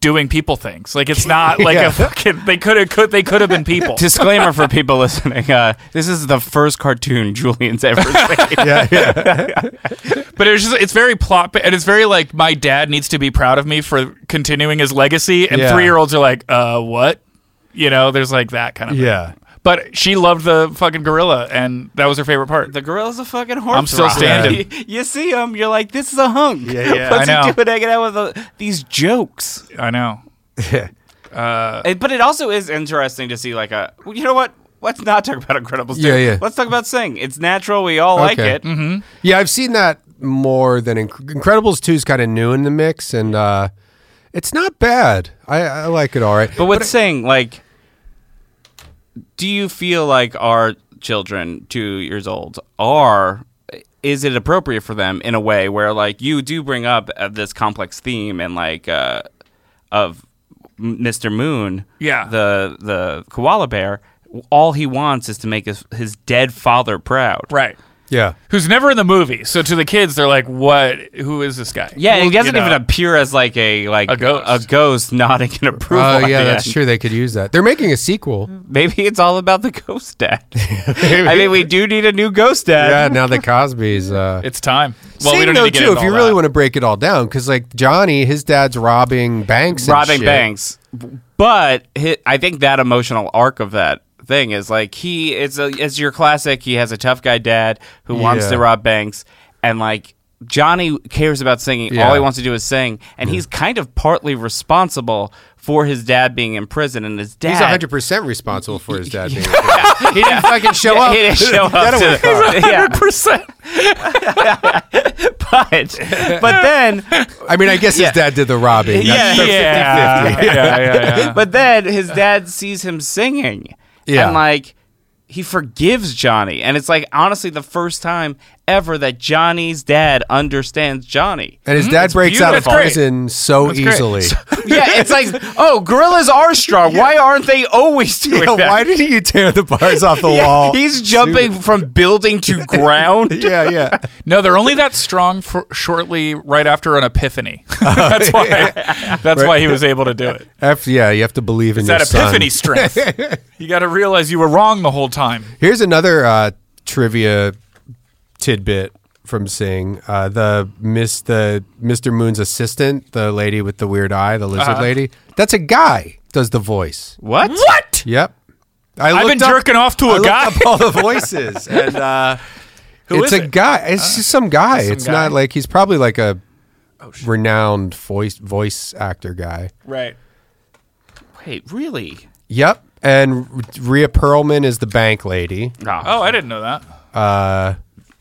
[SPEAKER 2] doing people things. Like it's not like
[SPEAKER 5] Yeah.
[SPEAKER 2] a fucking. They could have could they could have been people.
[SPEAKER 3] disclaimer for people listening. Uh, this is the first cartoon Julian's ever seen.
[SPEAKER 5] Yeah, yeah.
[SPEAKER 2] But it's just it's very plot and it's very like my dad needs to be proud of me for continuing his legacy, and
[SPEAKER 5] Yeah.
[SPEAKER 2] three year olds are like, uh, what? You know, there's like that kind of thing.
[SPEAKER 5] yeah.
[SPEAKER 2] But she loved the fucking gorilla, and that was her favorite part.
[SPEAKER 3] The gorilla's a fucking horse.
[SPEAKER 2] I'm still
[SPEAKER 3] rock.
[SPEAKER 2] standing.
[SPEAKER 3] You, you see him, you're like, this is a hunk.
[SPEAKER 5] Yeah, yeah.
[SPEAKER 3] What's
[SPEAKER 2] I know.
[SPEAKER 3] he doing hanging out with uh, these jokes?
[SPEAKER 2] I know.
[SPEAKER 3] It- but it also is interesting to see like a well, you know what let's not talk about incredibles 2.
[SPEAKER 5] Yeah, yeah.
[SPEAKER 3] let's talk about sing it's natural we all like
[SPEAKER 5] Okay.
[SPEAKER 3] it
[SPEAKER 5] Yeah, I've seen that more than Inc- Incredibles 2 is kind of new in the mix, and uh, it's not bad. I, I like it all right.
[SPEAKER 3] but with sing like do you feel like our children two years old are is it appropriate for them in a way where like you do bring up uh, this complex theme and like uh, of M- Mr. Moon,
[SPEAKER 2] Yeah.
[SPEAKER 3] the the koala bear, all he wants is to make his his dead father proud,
[SPEAKER 2] Right.
[SPEAKER 5] Yeah.
[SPEAKER 2] who's never in the movie. So to the kids, they're like, "What? Who is this guy?"
[SPEAKER 3] Yeah, and he
[SPEAKER 2] You
[SPEAKER 3] doesn't
[SPEAKER 2] know.
[SPEAKER 3] even appear as like a like
[SPEAKER 2] A ghost.
[SPEAKER 3] ghost nodding in approval.
[SPEAKER 5] Oh,
[SPEAKER 3] at
[SPEAKER 5] yeah,
[SPEAKER 3] the
[SPEAKER 5] that's
[SPEAKER 3] end.
[SPEAKER 5] true. They could use that. They're making a sequel.
[SPEAKER 2] Mm-hmm.
[SPEAKER 3] Maybe it's all about the ghost dad. I mean, we do need a new ghost
[SPEAKER 5] Yeah,
[SPEAKER 3] dad.
[SPEAKER 5] now that Cosby's. Uh,
[SPEAKER 2] It's time. Well, we
[SPEAKER 5] Same
[SPEAKER 2] don't
[SPEAKER 5] though,
[SPEAKER 2] need to get
[SPEAKER 5] too,
[SPEAKER 2] into
[SPEAKER 5] if you
[SPEAKER 2] all
[SPEAKER 5] really
[SPEAKER 2] that.
[SPEAKER 5] want to break it all down, because like Johnny, his dad's robbing banks, and
[SPEAKER 3] robbing
[SPEAKER 5] shit.
[SPEAKER 3] banks. But hi I think that emotional arc of that thing is like he is a, is your classic. He has a tough guy dad who wants
[SPEAKER 5] Yeah.
[SPEAKER 3] to rob banks, and like Johnny cares about singing.
[SPEAKER 5] Yeah.
[SPEAKER 3] All he wants to do is sing, and he's kind of partly responsible for his dad being in prison and his dad.
[SPEAKER 5] He's 100 percent responsible for his dad. Being he didn't fucking show
[SPEAKER 3] Yeah,
[SPEAKER 5] up.
[SPEAKER 3] he didn't show up
[SPEAKER 5] That
[SPEAKER 3] to
[SPEAKER 5] would've
[SPEAKER 3] the-
[SPEAKER 5] cost.
[SPEAKER 3] Yeah,
[SPEAKER 2] 100%.
[SPEAKER 3] but but then
[SPEAKER 5] I mean, I guess his dad did the robbing.
[SPEAKER 3] Yeah.
[SPEAKER 5] That's-
[SPEAKER 2] yeah. yeah, yeah, yeah.
[SPEAKER 3] but then his dad sees him singing.
[SPEAKER 5] Yeah.
[SPEAKER 3] And like he forgives Johnny. And it's like honestly the first time ever that Johnny's dad understands Johnny.
[SPEAKER 5] And his dad breaks out of
[SPEAKER 2] Mm-hmm. beautiful. That's great.
[SPEAKER 5] prison so
[SPEAKER 2] great.
[SPEAKER 5] easily.
[SPEAKER 3] yeah, it's like, oh, gorillas are strong. Why aren't they always doing
[SPEAKER 5] Yeah,
[SPEAKER 3] that?
[SPEAKER 5] why didn't you tear the bars off the
[SPEAKER 3] Yeah,
[SPEAKER 5] wall?
[SPEAKER 3] He's jumping from building to ground.
[SPEAKER 5] yeah, yeah.
[SPEAKER 2] No, they're only that strong for shortly right after an epiphany. that's why. That's why he was able to do it.
[SPEAKER 5] F, yeah, you have to believe
[SPEAKER 2] It's
[SPEAKER 5] in your
[SPEAKER 2] that
[SPEAKER 5] son.
[SPEAKER 2] epiphany strength. You got to realize you were wrong the whole time.
[SPEAKER 5] Here's another uh, trivia tidbit from Sing. Uh, the Miss the Mr. Moon's assistant, the lady with the weird eye, the lizard
[SPEAKER 2] Uh-huh.
[SPEAKER 5] lady. That's a guy. Does the voice?
[SPEAKER 3] What?
[SPEAKER 2] What?
[SPEAKER 5] Yep. I
[SPEAKER 2] I've been
[SPEAKER 5] looked up-
[SPEAKER 2] jerking off to
[SPEAKER 5] I
[SPEAKER 2] a
[SPEAKER 5] looked
[SPEAKER 2] guy.
[SPEAKER 5] up all the voices, and uh, it's
[SPEAKER 2] is
[SPEAKER 5] a
[SPEAKER 2] it?
[SPEAKER 5] guy. It's just some guy. it's
[SPEAKER 2] guy. Oh,
[SPEAKER 5] not like he's probably like a renowned voice voice actor guy.
[SPEAKER 2] Right.
[SPEAKER 3] Wait, really?
[SPEAKER 5] Yep. And Rhea Perlman is the bank lady.
[SPEAKER 2] Oh, I didn't know that.
[SPEAKER 5] Uh,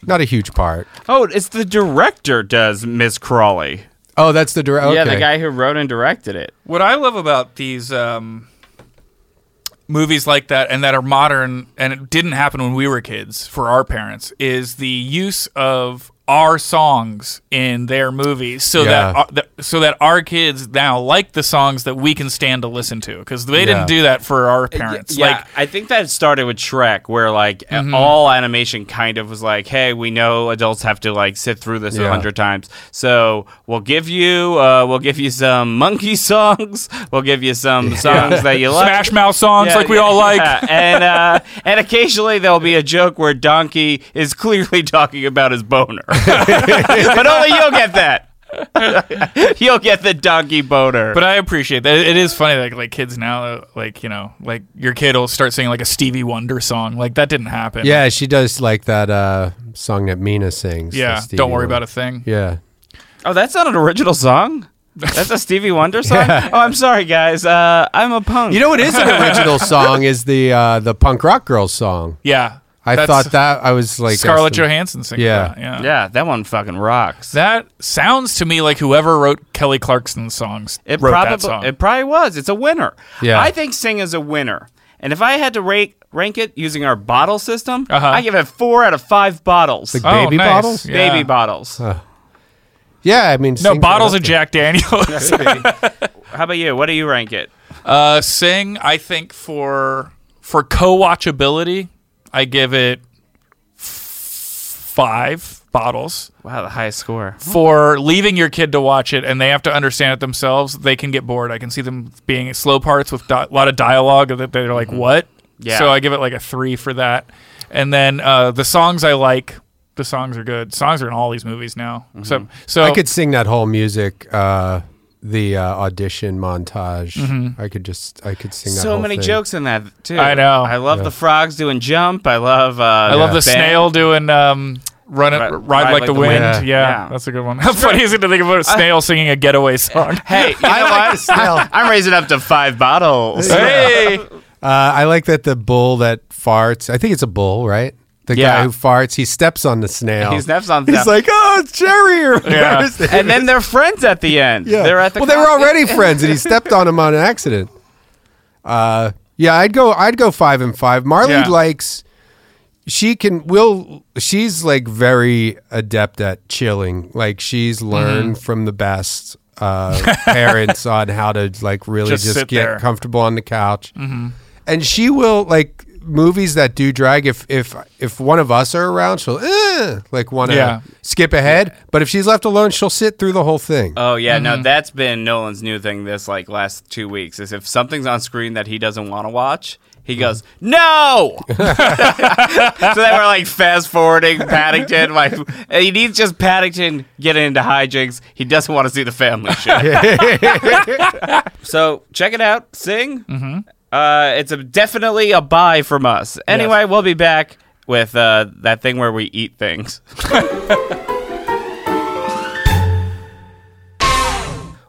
[SPEAKER 5] not a huge part.
[SPEAKER 3] Oh, it's the director does Miss Crawley.
[SPEAKER 5] Oh, that's the director.
[SPEAKER 3] Yeah, the guy who wrote and directed it.
[SPEAKER 2] What I love about these um, movies like that and that are modern and it didn't happen when we were kids for our parents is the use of our songs in their movies so that,
[SPEAKER 5] Yeah.
[SPEAKER 2] our, that so that our kids now like the songs that we can stand to listen to because they
[SPEAKER 5] Yeah.
[SPEAKER 2] didn't do that for our parents
[SPEAKER 3] Yeah,
[SPEAKER 2] like
[SPEAKER 3] I think that started with Shrek, where like e
[SPEAKER 2] Mm-hmm.
[SPEAKER 3] all animation kind of was like, "Hey, we know adults have to like sit through this a
[SPEAKER 5] Yeah.
[SPEAKER 3] hundred times, so we'll give you, uh, we'll give you some monkey songs, we'll give you some songs that you like,
[SPEAKER 2] Smash Mouth songs
[SPEAKER 3] Yeah,
[SPEAKER 2] like we
[SPEAKER 3] yeah,
[SPEAKER 2] all like
[SPEAKER 3] yeah. and uh, and occasionally there'll be a joke where Donkey is clearly talking about his boner, but only you'll get that. you'll get the donkey boner.
[SPEAKER 2] But I appreciate that. It is funny, like like kids now, uh, like you know, like your kid will start singing like a Stevie Wonder song. Like that didn't happen.
[SPEAKER 5] Yeah, she does like that uh, song that Mina sings.
[SPEAKER 2] yeah. Don't worry about a thing.
[SPEAKER 5] Yeah.
[SPEAKER 3] Oh, that's not an original song. That's a Stevie Wonder song. Oh, I'm sorry, guys. Uh, I'm a punk.
[SPEAKER 5] You know what is an original song is the uh, the punk rock girls song.
[SPEAKER 2] Yeah,
[SPEAKER 5] I
[SPEAKER 2] That's
[SPEAKER 5] thought that I was like
[SPEAKER 2] Scarlett
[SPEAKER 5] that's the-
[SPEAKER 2] Johansson singing.
[SPEAKER 5] Yeah.
[SPEAKER 2] that. yeah,
[SPEAKER 3] yeah, that one fucking rocks.
[SPEAKER 2] That sounds to me like whoever wrote Kelly Clarkson's songs
[SPEAKER 3] It
[SPEAKER 2] wrote
[SPEAKER 3] probably
[SPEAKER 2] that song.
[SPEAKER 3] it probably was. It's a winner.
[SPEAKER 5] Yeah.
[SPEAKER 3] I think Sing is a winner. And if I had to rank rank it using our bottle system,
[SPEAKER 2] Uh-huh.
[SPEAKER 3] I give it four out of five bottles.
[SPEAKER 5] Like
[SPEAKER 2] Oh,
[SPEAKER 5] baby
[SPEAKER 2] nice.
[SPEAKER 5] bottles.
[SPEAKER 2] Yeah.
[SPEAKER 3] Baby bottles.
[SPEAKER 5] Yeah, I mean
[SPEAKER 2] no,
[SPEAKER 5] sing
[SPEAKER 2] bottles
[SPEAKER 5] that
[SPEAKER 2] of Jack Daniels.
[SPEAKER 3] How about you? What do you rank it?
[SPEAKER 2] uh, sing, I think for for co-watchability, I give it f- five bottles.
[SPEAKER 3] Wow, the highest score.
[SPEAKER 2] for leaving your kid to watch it and they have to understand it themselves, they can get bored. I can see them being slow parts with di- a lot of dialogue that they're like, "What?"
[SPEAKER 3] Yeah.
[SPEAKER 2] So I give it like a three for that. And then uh, the songs I like. The songs are good. Songs are in all these movies now. So, so
[SPEAKER 5] I could sing that whole music, uh, the uh, audition montage.
[SPEAKER 2] Mm-hmm.
[SPEAKER 5] I could just, I could sing that
[SPEAKER 3] So
[SPEAKER 5] whole
[SPEAKER 3] many
[SPEAKER 5] thing.
[SPEAKER 3] jokes in that too.
[SPEAKER 2] I know.
[SPEAKER 3] I love the frogs doing jump. I love. Uh,
[SPEAKER 2] I love the snail doing um, run it,
[SPEAKER 3] Ri-
[SPEAKER 2] ride, like, the, wind. Yeah.
[SPEAKER 3] Yeah.
[SPEAKER 2] that's a good one. How funny is it to think about a snail singing a getaway song?
[SPEAKER 3] Hey, you know
[SPEAKER 5] I
[SPEAKER 3] what?
[SPEAKER 5] like the snail. Uh,
[SPEAKER 3] I'm raising up to five bottles.
[SPEAKER 2] hey,
[SPEAKER 5] Uh, I like that the bull that farts. I think it's a bull, right? The
[SPEAKER 3] Yeah.
[SPEAKER 5] guy who farts, he steps on the snail.
[SPEAKER 3] He snaps on
[SPEAKER 5] He's
[SPEAKER 3] snail.
[SPEAKER 5] like, oh, it's Jerry. Or whatever his name
[SPEAKER 3] and then they're friends at the end.
[SPEAKER 5] Yeah.
[SPEAKER 3] They're at the
[SPEAKER 5] well, they were already friends, and he stepped on him on an accident. Uh, yeah, I'd go. I'd go five and five. Marley
[SPEAKER 2] Yeah.
[SPEAKER 5] likes. She can. Will. She's like very adept at chilling. Like she's
[SPEAKER 2] Mm-hmm.
[SPEAKER 5] learned from the best uh, parents on how to like really
[SPEAKER 2] Just
[SPEAKER 5] just,
[SPEAKER 2] sit
[SPEAKER 5] get
[SPEAKER 2] there. Mm-hmm.
[SPEAKER 5] comfortable on the couch. And she will like movies that do drag. If if if one of us are around, she'll. "Eh," eh, like want to
[SPEAKER 2] Yeah.
[SPEAKER 5] skip ahead. But if she's left alone, she'll sit through the whole thing.
[SPEAKER 3] Oh yeah, no, that's been Nolan's new thing this like last two weeks is if something's on screen that he doesn't want to watch, he goes, No So then we're like fast forwarding Paddington, like he needs just Paddington getting into hijinks. He doesn't want to see the family shit. so check it out, sing. Mm-hmm. Uh, it's a, definitely a buy from us. Anyway, we'll be back with uh, that thing where we eat things.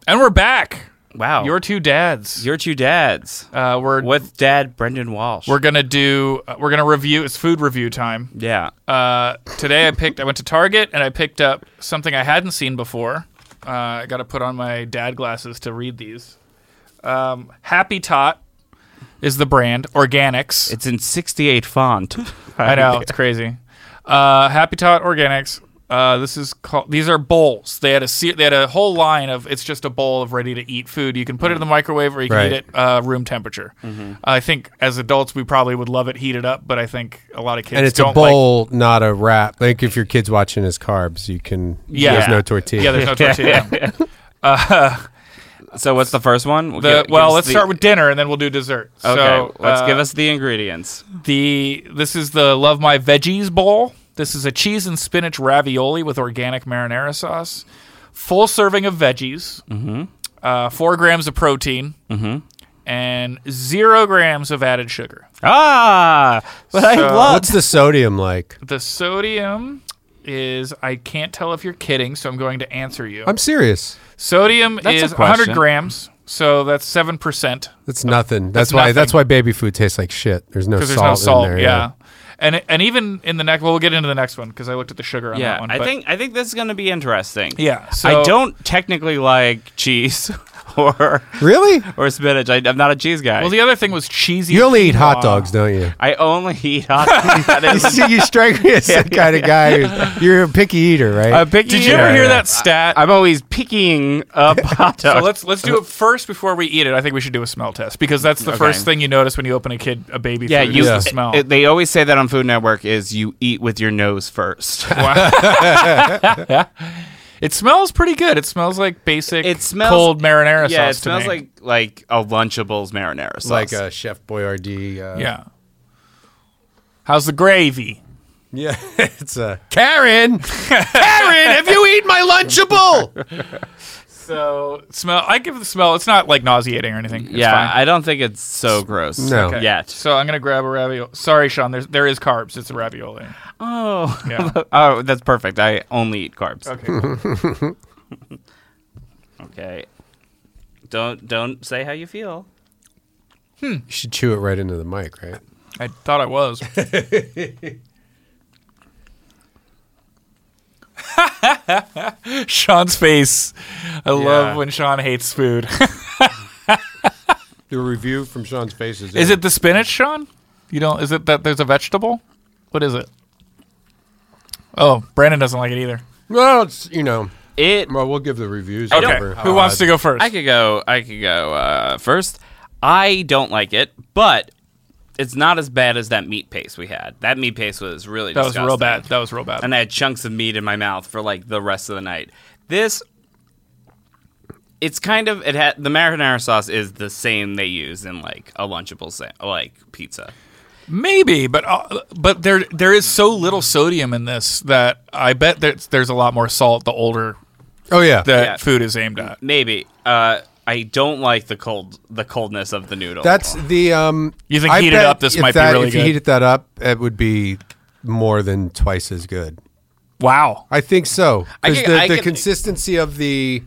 [SPEAKER 2] And we're back.
[SPEAKER 3] Wow,
[SPEAKER 2] Oh. Your two dads.
[SPEAKER 3] your two dads
[SPEAKER 2] uh, we're
[SPEAKER 3] with Dad Brendan Walsh.
[SPEAKER 2] we're gonna do. uh, We're gonna review. It's food review time.
[SPEAKER 3] Yeah.
[SPEAKER 2] Uh, today I picked. I went to Target and I picked up something I hadn't seen before. Uh, I got to put on my dad glasses to read these. Um, Happy Tot is the brand. Organics.
[SPEAKER 3] It's in 68 font.
[SPEAKER 2] I know it's crazy. Uh, Happy Tot Organics. Uh, this is called. These are bowls. They had a se- they had a whole line of. It's just a bowl of ready to eat food. You can put it in the microwave or you can
[SPEAKER 5] Right. Mm-hmm.
[SPEAKER 2] eat it uh, room temperature. I think as adults we probably would love it heated up, but I think a lot of kids
[SPEAKER 5] and it's
[SPEAKER 2] don't
[SPEAKER 5] a bowl, not a wrap. Like if your kid's watching his carbs, you can.
[SPEAKER 2] Yeah.
[SPEAKER 5] there's no
[SPEAKER 2] like.
[SPEAKER 5] tortilla.
[SPEAKER 2] Yeah, there's no tortilla.
[SPEAKER 3] so what's the first one?
[SPEAKER 2] The,
[SPEAKER 3] Give-
[SPEAKER 2] well,
[SPEAKER 3] give us
[SPEAKER 2] let's
[SPEAKER 3] the-
[SPEAKER 2] start with dinner and then we'll do dessert.
[SPEAKER 3] Okay,
[SPEAKER 2] so,
[SPEAKER 3] let's
[SPEAKER 2] uh,
[SPEAKER 3] give us the ingredients.
[SPEAKER 2] the this is the Love My Veggies bowl. This is a cheese and spinach ravioli with organic marinara sauce, full serving of veggies, mm-hmm. uh, four grams of protein, mm-hmm. and zero grams of added sugar.
[SPEAKER 3] Ah, but I
[SPEAKER 2] So-
[SPEAKER 3] love
[SPEAKER 5] What's the sodium like?
[SPEAKER 2] The sodium is I can't tell if you're kidding, so I'm going to answer you.
[SPEAKER 5] I'm serious.
[SPEAKER 2] sodium
[SPEAKER 3] a
[SPEAKER 2] is 100
[SPEAKER 3] question.
[SPEAKER 2] grams, so that's seven percent.
[SPEAKER 5] That's nothing. That's,
[SPEAKER 2] that's
[SPEAKER 5] why.
[SPEAKER 2] nothing.
[SPEAKER 5] That's why baby food tastes like shit. There's no
[SPEAKER 2] because
[SPEAKER 5] salt.
[SPEAKER 2] there's no salt.
[SPEAKER 5] In there,
[SPEAKER 2] yeah. and and even in the next, well, we'll get into the next one because I looked at the sugar on
[SPEAKER 3] yeah.
[SPEAKER 2] that one.
[SPEAKER 3] I
[SPEAKER 2] but-
[SPEAKER 3] think I think this is gonna be interesting.
[SPEAKER 2] yeah. So
[SPEAKER 3] I don't technically like cheese or
[SPEAKER 5] Really?
[SPEAKER 3] or spinach. I, I'm not a cheese guy.
[SPEAKER 2] Well, the other thing was cheesy.
[SPEAKER 5] You only eat
[SPEAKER 2] quinoa.
[SPEAKER 5] hot dogs, don't you?
[SPEAKER 3] I only eat hot dogs. That
[SPEAKER 5] You
[SPEAKER 3] is-
[SPEAKER 5] see, you strike me as the kind of guy. Who's, you're a picky eater, right?
[SPEAKER 3] a picky
[SPEAKER 2] Did you ever
[SPEAKER 3] eater.
[SPEAKER 2] hear that stat?
[SPEAKER 3] I'm always picking up hot
[SPEAKER 2] so
[SPEAKER 3] dogs.
[SPEAKER 2] let's let's do it first before we eat it. I think we should do a smell test because that's the first thing you notice when you open a kid a baby.
[SPEAKER 3] yeah,
[SPEAKER 2] food
[SPEAKER 3] you.
[SPEAKER 2] is
[SPEAKER 5] Yeah.
[SPEAKER 2] the smell.
[SPEAKER 3] it- they always say that on Food Network is you eat with your nose first.
[SPEAKER 2] Wow. it smells pretty good. It smells like basic
[SPEAKER 3] It smells-
[SPEAKER 2] cold marinara
[SPEAKER 3] yeah,
[SPEAKER 2] sauce.
[SPEAKER 3] it smells
[SPEAKER 2] to me.
[SPEAKER 3] like like a Lunchables marinara sauce.
[SPEAKER 5] like a Chef Boyardee. Uh,
[SPEAKER 2] yeah. How's the gravy?
[SPEAKER 5] yeah. It's a Karen. Karen, have you eaten my Lunchable?
[SPEAKER 2] So smell. I give the smell. It's not like nauseating or anything. It's
[SPEAKER 3] yeah,
[SPEAKER 2] fine.
[SPEAKER 3] I don't think it's so gross.
[SPEAKER 5] No. Okay.
[SPEAKER 3] Yet.
[SPEAKER 2] So I'm gonna grab a ravioli. Sorry, Sean. There's there is carbs. It's a ravioli.
[SPEAKER 3] Oh.
[SPEAKER 2] Yeah.
[SPEAKER 3] oh, that's perfect. I only eat carbs. Okay.
[SPEAKER 2] Okay. cool.
[SPEAKER 3] Don't don't say how you feel.
[SPEAKER 5] You should chew it right into the mic, right?
[SPEAKER 2] I thought I was. Sean's face. I love when Sean hates food.
[SPEAKER 5] The review from Sean's face is.
[SPEAKER 2] is it the spinach, Sean? You don't. Is it that there's a vegetable? What is it? Oh, Brandon doesn't like it either.
[SPEAKER 5] Well, it's you know.
[SPEAKER 3] It
[SPEAKER 5] Well, we'll give the reviews. uh,
[SPEAKER 3] don't-
[SPEAKER 5] whatever.
[SPEAKER 2] Who wants to go first?
[SPEAKER 3] I could go I could go uh, first. I don't like it, but it's not as bad as that meat paste we had. That meat paste was really
[SPEAKER 2] that was real
[SPEAKER 3] disgusting.
[SPEAKER 2] bad. That was real bad.
[SPEAKER 3] and I had chunks of meat in my mouth for like the rest of the night. This, it's kind of it had the marinara sauce is the same they use in like a lunchable sa- like pizza.
[SPEAKER 2] Maybe, but uh, but there there is so little sodium in this that I bet there's there's a lot more salt the older
[SPEAKER 5] Oh yeah.
[SPEAKER 2] that
[SPEAKER 3] Yeah.
[SPEAKER 2] food is aimed at.
[SPEAKER 3] Maybe uh, I don't like the cold the coldness of the noodle.
[SPEAKER 5] That's the um.
[SPEAKER 2] You think
[SPEAKER 5] I
[SPEAKER 2] heat it
[SPEAKER 5] bet
[SPEAKER 2] up, this
[SPEAKER 5] if
[SPEAKER 2] might be
[SPEAKER 5] that,
[SPEAKER 2] really
[SPEAKER 5] If
[SPEAKER 2] good.
[SPEAKER 5] you heated that up, it would be more than twice as good.
[SPEAKER 2] Wow.
[SPEAKER 5] I think so.
[SPEAKER 3] I
[SPEAKER 5] 'Cause
[SPEAKER 3] can-
[SPEAKER 5] the,
[SPEAKER 3] I
[SPEAKER 5] the
[SPEAKER 3] can-
[SPEAKER 5] consistency of the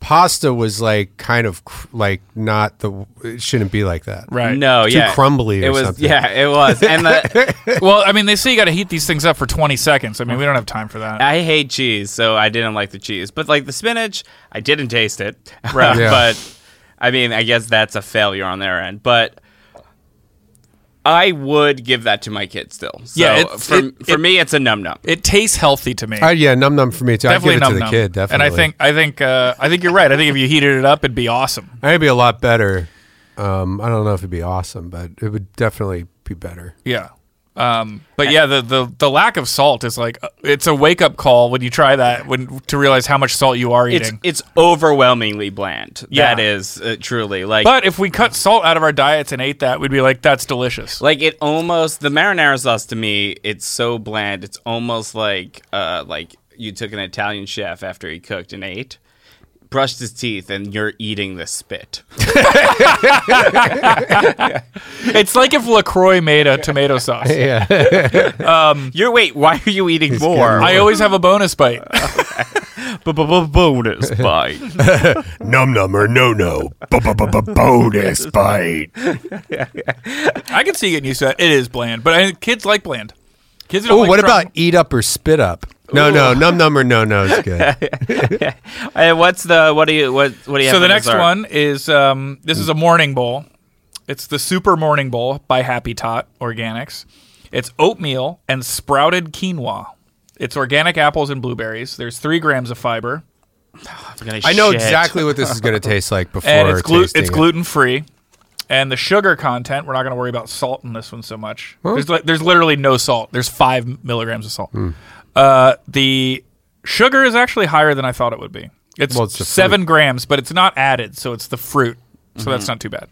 [SPEAKER 5] pasta was like kind of cr- like not the. It shouldn't be like that.
[SPEAKER 2] Right.
[SPEAKER 3] no,
[SPEAKER 5] Too
[SPEAKER 3] yeah,
[SPEAKER 5] crumbly or
[SPEAKER 3] It was
[SPEAKER 5] something.
[SPEAKER 3] yeah, it was, and the,
[SPEAKER 2] Well, I mean, they say you got to heat these things up for 20 seconds. I mean, we don't have time for that.
[SPEAKER 3] I hate cheese, so I didn't like the cheese. But like the spinach, I didn't taste it.
[SPEAKER 2] Right.
[SPEAKER 5] Yeah.
[SPEAKER 3] but I mean, I guess that's a failure on their end. But I would give that to my kid still. So
[SPEAKER 2] Yeah, it's-
[SPEAKER 3] for,
[SPEAKER 2] it-
[SPEAKER 3] for
[SPEAKER 2] it-
[SPEAKER 3] me, it's a num num.
[SPEAKER 2] It tastes healthy to me.
[SPEAKER 5] Uh, yeah, num num for me too.
[SPEAKER 2] definitely
[SPEAKER 5] I'd give it
[SPEAKER 2] num
[SPEAKER 5] to the
[SPEAKER 2] num.
[SPEAKER 5] kid. Definitely.
[SPEAKER 2] And I think I think uh, I think you're right. I think if you heated it up, it'd be awesome.
[SPEAKER 5] I'd be a lot better. Um, I don't know if it'd be awesome, but it would definitely be better.
[SPEAKER 2] Yeah. Um, but yeah, the, the the lack of salt is like uh, it's a wake up call when you try that when to realize how much salt you are
[SPEAKER 3] It's
[SPEAKER 2] eating.
[SPEAKER 3] it's overwhelmingly bland.
[SPEAKER 2] Yeah.
[SPEAKER 3] That is uh, truly like
[SPEAKER 2] but if we cut salt out of our diets and ate that, we'd be like, that's delicious.
[SPEAKER 3] like it almost the marinara sauce to me. It's so bland. It's almost like uh like you took an Italian chef after he cooked and ate, brushed his teeth, and you're eating the spit.
[SPEAKER 2] it's like if Lacroix made a tomato sauce.
[SPEAKER 5] Yeah.
[SPEAKER 3] You're wait. Why are you eating more?
[SPEAKER 2] I always have a bonus bite.
[SPEAKER 3] bonus bite.
[SPEAKER 5] num num or no no. Bonus bite.
[SPEAKER 2] I can see you getting used to that. It is bland, but I, kids like bland. Kids don't
[SPEAKER 5] Oh,
[SPEAKER 2] like
[SPEAKER 5] what
[SPEAKER 2] try-
[SPEAKER 5] about eat up or spit up? No, no, num num or no no is good.
[SPEAKER 3] And Uh, what's the what do you what what do you? have
[SPEAKER 2] so the
[SPEAKER 3] for
[SPEAKER 2] next
[SPEAKER 3] dessert?
[SPEAKER 2] one is um, this is a morning bowl. It's the Super Morning Bowl by Happy Tot Organics. It's oatmeal and sprouted quinoa. It's organic apples and blueberries. There's three grams of fiber,
[SPEAKER 5] I know exactly what this is going to taste like before.
[SPEAKER 2] and it's glu-
[SPEAKER 5] tasting
[SPEAKER 2] it's
[SPEAKER 5] it.
[SPEAKER 2] gluten free. And the sugar content, we're not going to worry about salt in this one so much. There's like there's literally no salt. There's five milligrams of salt.
[SPEAKER 5] Hmm.
[SPEAKER 2] Uh, the sugar is actually higher than I thought it would be. It's,
[SPEAKER 5] Well, it's the
[SPEAKER 2] seven grams, but it's not added, so it's the fruit. So
[SPEAKER 5] Mm-hmm.
[SPEAKER 2] that's not too bad.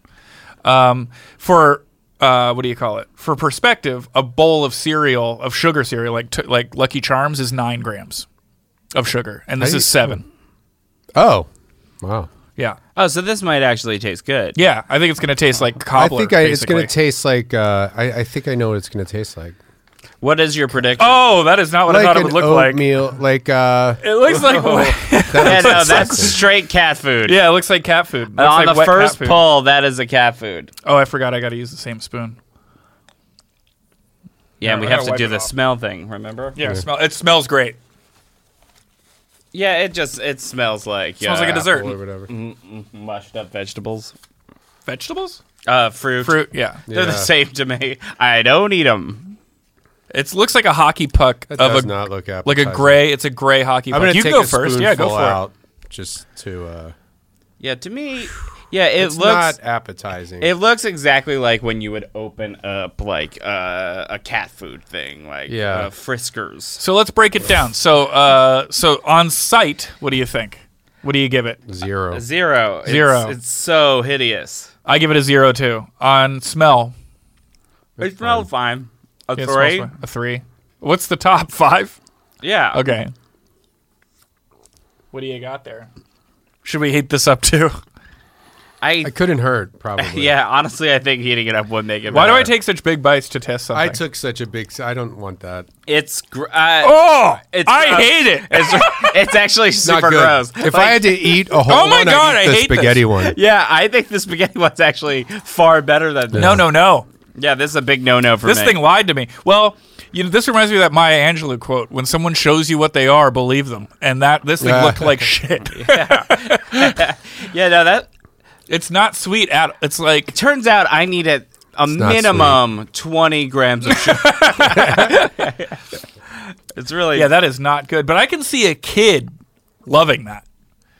[SPEAKER 2] Um, for uh, what do you call it? For perspective, a bowl of cereal of sugar cereal like t- like Lucky Charms is nine grams of sugar, and this
[SPEAKER 5] How
[SPEAKER 2] is
[SPEAKER 5] you-
[SPEAKER 2] seven.
[SPEAKER 5] Oh, wow.
[SPEAKER 2] Yeah,
[SPEAKER 3] Oh, so this might actually taste good.
[SPEAKER 2] yeah. I think it's going to taste like
[SPEAKER 5] I
[SPEAKER 2] cobbler.
[SPEAKER 5] think I, it's going
[SPEAKER 2] basically.
[SPEAKER 5] to taste like. Uh, I, I think I know what it's going to taste like.
[SPEAKER 3] What is your prediction?
[SPEAKER 2] Oh, that is not what I
[SPEAKER 5] like
[SPEAKER 2] thought it
[SPEAKER 5] an
[SPEAKER 2] would look like.
[SPEAKER 5] oatmeal, like. uh,
[SPEAKER 2] It looks like
[SPEAKER 3] yeah,
[SPEAKER 5] that
[SPEAKER 3] no,
[SPEAKER 5] looks like
[SPEAKER 3] that's straight cat food.
[SPEAKER 2] Oh. yeah, it looks like cat food. Looks
[SPEAKER 3] On
[SPEAKER 2] like
[SPEAKER 3] the
[SPEAKER 2] wet cat
[SPEAKER 3] first
[SPEAKER 2] food.
[SPEAKER 3] pull, that is a cat food.
[SPEAKER 2] Oh, I forgot. I got to use the same spoon.
[SPEAKER 3] Yeah, and
[SPEAKER 2] I
[SPEAKER 3] we
[SPEAKER 2] gotta
[SPEAKER 3] have to
[SPEAKER 2] wipe
[SPEAKER 3] do
[SPEAKER 2] it
[SPEAKER 3] the
[SPEAKER 2] off.
[SPEAKER 3] smell thing. Remember?
[SPEAKER 2] Yeah, It, smell, it smells great.
[SPEAKER 3] Yeah, it just it smells like
[SPEAKER 2] Smells like a
[SPEAKER 3] yeah,
[SPEAKER 2] dessert. Mm-hmm.
[SPEAKER 5] or whatever.
[SPEAKER 3] mushed up vegetables.
[SPEAKER 2] Vegetables,
[SPEAKER 3] Uh, fruit.
[SPEAKER 2] fruit. Yeah,
[SPEAKER 3] They're the
[SPEAKER 5] Yeah.
[SPEAKER 3] same to me. I don't eat them.
[SPEAKER 2] it looks like a hockey puck
[SPEAKER 5] That
[SPEAKER 2] of
[SPEAKER 5] does
[SPEAKER 2] a
[SPEAKER 5] not look appetizing.
[SPEAKER 2] like a gray. It's a gray hockey
[SPEAKER 5] I'm
[SPEAKER 2] puck.
[SPEAKER 5] going to
[SPEAKER 2] you
[SPEAKER 5] take
[SPEAKER 2] go
[SPEAKER 5] a
[SPEAKER 2] first. Yeah, go
[SPEAKER 5] spoonful
[SPEAKER 2] for
[SPEAKER 5] out just to. Uh,
[SPEAKER 3] Yeah, to me, yeah, it
[SPEAKER 5] it's
[SPEAKER 3] looks
[SPEAKER 5] not appetizing.
[SPEAKER 3] It looks exactly like when you would open up like uh, a cat food thing, like
[SPEAKER 5] Yeah.
[SPEAKER 3] uh,
[SPEAKER 2] it.
[SPEAKER 3] Friskers.
[SPEAKER 2] So let's break it down. So, uh, so on site, what do you think? What do you give it?
[SPEAKER 5] Zero.
[SPEAKER 3] Zero. It's-
[SPEAKER 2] Zero.
[SPEAKER 3] It's, so hideous.
[SPEAKER 2] I give it a zero too. On smell,
[SPEAKER 3] It smells fine. A
[SPEAKER 2] it smells
[SPEAKER 3] three.
[SPEAKER 2] fine. a three. What's the top five?
[SPEAKER 3] Yeah.
[SPEAKER 2] Okay. What do you got there? Should we heat this up too?
[SPEAKER 3] I.
[SPEAKER 5] I couldn't hurt probably.
[SPEAKER 3] yeah. Honestly, I think heating it up would make it.
[SPEAKER 2] Why do I
[SPEAKER 3] better.
[SPEAKER 2] take such big bites to test something?
[SPEAKER 5] I took such a big. s- I don't want that.
[SPEAKER 3] It's. Gr- uh,
[SPEAKER 2] Oh,
[SPEAKER 3] It's
[SPEAKER 2] I
[SPEAKER 3] gross.
[SPEAKER 2] hate it.
[SPEAKER 3] It's, it's actually
[SPEAKER 5] Not
[SPEAKER 3] super
[SPEAKER 5] good.
[SPEAKER 3] gross.
[SPEAKER 5] If
[SPEAKER 3] Like,
[SPEAKER 5] I had to eat a whole
[SPEAKER 2] Oh my
[SPEAKER 5] one, I'd
[SPEAKER 2] God,
[SPEAKER 5] eat
[SPEAKER 2] I
[SPEAKER 5] the
[SPEAKER 2] hate this.
[SPEAKER 5] spaghetti one.
[SPEAKER 3] Yeah, I think the spaghetti one's actually far better than this.
[SPEAKER 2] no, no, no.
[SPEAKER 3] Yeah, this is a big no-no for
[SPEAKER 2] This
[SPEAKER 3] me.
[SPEAKER 2] thing lied to me. Well, you know, this reminds me of that Maya Angelou quote: "When someone shows you what they are, believe them." And that this thing
[SPEAKER 5] Yeah.
[SPEAKER 2] looked like shit.
[SPEAKER 3] Yeah, no, that
[SPEAKER 2] It's not sweet at. It's like
[SPEAKER 3] turns out I need a, a
[SPEAKER 5] not
[SPEAKER 3] minimum 20 grams of sugar. it's really
[SPEAKER 2] yeah, that is not good. But I can see a kid loving that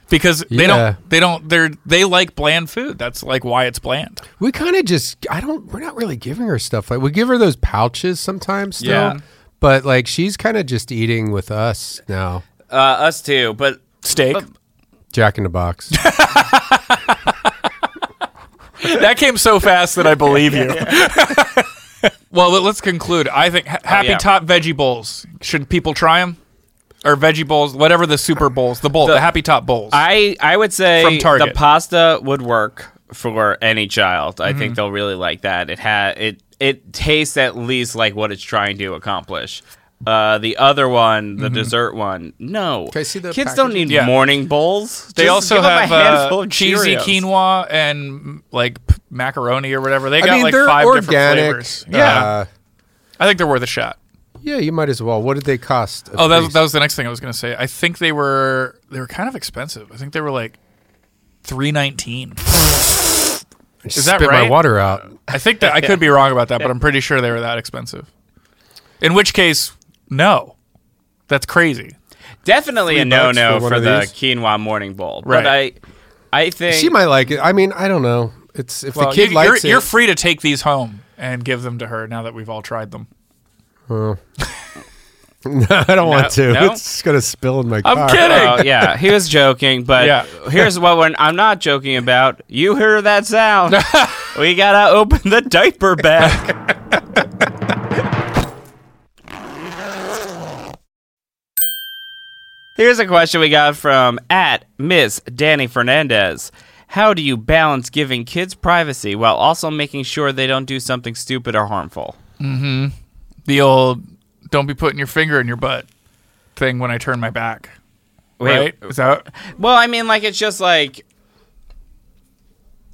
[SPEAKER 2] because they
[SPEAKER 5] Yeah.
[SPEAKER 2] don't. They don't. They're they like bland food. That's like why it's bland.
[SPEAKER 5] We kind of just. I don't. We're not really giving her stuff. Like we give her those pouches sometimes. Still,
[SPEAKER 2] Yeah.
[SPEAKER 5] But like she's kind of just eating with us now.
[SPEAKER 3] uh, us too, but
[SPEAKER 2] Steak
[SPEAKER 5] Jack in the box.
[SPEAKER 2] that came so fast that I believe you. well, let- let's conclude. I think ha- Happy
[SPEAKER 3] yeah.
[SPEAKER 2] Top veggie bowls. Should people try them? Or veggie bowls, whatever the super bowls, the bowl, the, Happy Top bowls.
[SPEAKER 3] I I would say
[SPEAKER 2] From Target.
[SPEAKER 3] the pasta would work for any child. I
[SPEAKER 2] Mm-hmm.
[SPEAKER 3] think they'll really like that. It had it it tastes at least like what it's trying to accomplish. Uh, the other one, the dessert one, no.
[SPEAKER 5] Can I see the
[SPEAKER 3] Kids don't
[SPEAKER 5] packaging?
[SPEAKER 3] need
[SPEAKER 2] Mm-hmm. Yeah.
[SPEAKER 3] morning bowls.
[SPEAKER 2] they
[SPEAKER 3] Just
[SPEAKER 2] also
[SPEAKER 3] give 'em
[SPEAKER 2] have
[SPEAKER 3] a handful
[SPEAKER 2] uh,
[SPEAKER 3] of
[SPEAKER 2] cheesy
[SPEAKER 3] Cheerios.
[SPEAKER 2] quinoa and like p- macaroni or whatever. They got
[SPEAKER 5] I mean,
[SPEAKER 2] like
[SPEAKER 5] they're
[SPEAKER 2] five different
[SPEAKER 5] organic.
[SPEAKER 2] flavors.
[SPEAKER 5] Uh,
[SPEAKER 2] I think they're worth a shot.
[SPEAKER 5] yeah, you might as well. What did they cost?
[SPEAKER 2] Oh, that was,
[SPEAKER 5] apiece?
[SPEAKER 2] that was the next thing I was going to say. I think they were they were kind of expensive. I think they were like three nineteen. Is that
[SPEAKER 5] Spit
[SPEAKER 2] right?
[SPEAKER 5] my water out.
[SPEAKER 2] I think that I could be wrong about that, but I'm pretty sure they were that expensive. In which case, no, that's crazy.
[SPEAKER 3] Definitely a no
[SPEAKER 5] bucks
[SPEAKER 3] no
[SPEAKER 5] for
[SPEAKER 3] for,
[SPEAKER 5] one of
[SPEAKER 3] the
[SPEAKER 5] these?
[SPEAKER 3] quinoa morning bowl. But
[SPEAKER 2] Right.
[SPEAKER 3] I I think
[SPEAKER 5] She might like it. I mean, I don't know. It's if
[SPEAKER 2] Well,
[SPEAKER 5] the kid
[SPEAKER 2] you,
[SPEAKER 5] Oh, likes
[SPEAKER 2] are you're
[SPEAKER 5] it.
[SPEAKER 2] free to take these home and give them to her now that we've all tried them.
[SPEAKER 5] No, I don't want to.
[SPEAKER 3] no?
[SPEAKER 5] It's going to spill in my
[SPEAKER 2] I'm
[SPEAKER 5] car.
[SPEAKER 2] kidding.
[SPEAKER 3] Oh yeah, he was joking, but
[SPEAKER 2] Yeah.
[SPEAKER 3] here's what one I'm not joking about. You hear that sound? we gotta open the diaper bag. Here's a question we got from at Miss Danny Fernandez. How do you balance giving kids privacy while also making sure they don't do something stupid or harmful?
[SPEAKER 2] the old "don't be putting your finger in your butt" thing when I turn my back.
[SPEAKER 3] Wait.
[SPEAKER 2] right? Is that
[SPEAKER 3] Well, I mean, like it's just like,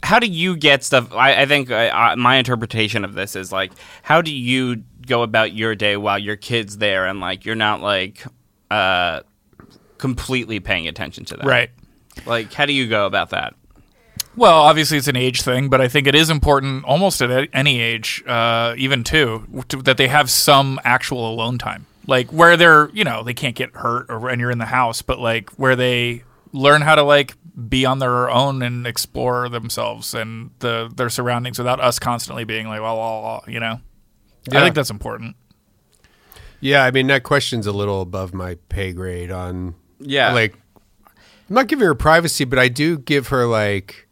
[SPEAKER 3] how do you get stuff? I, I think I, I, my interpretation of this is like, how do you go about your day while your kid's there and like you're not like uh, completely paying attention to them?
[SPEAKER 2] right?
[SPEAKER 3] Like, how do you go about that?
[SPEAKER 2] Well, obviously it's an age thing, but I think it is important almost at a- any age, uh, even two, to, that they have some actual alone time, like where they're you know they can't get hurt or and you're in the house, but like where they learn how to like be on their own and explore themselves and the their surroundings without us constantly being like, well, well, well, you know, I
[SPEAKER 5] Yeah.
[SPEAKER 2] think that's important.
[SPEAKER 5] Yeah, I mean that question's a little above my pay grade on
[SPEAKER 3] Yeah,
[SPEAKER 5] like I'm not giving her privacy, but I do give her like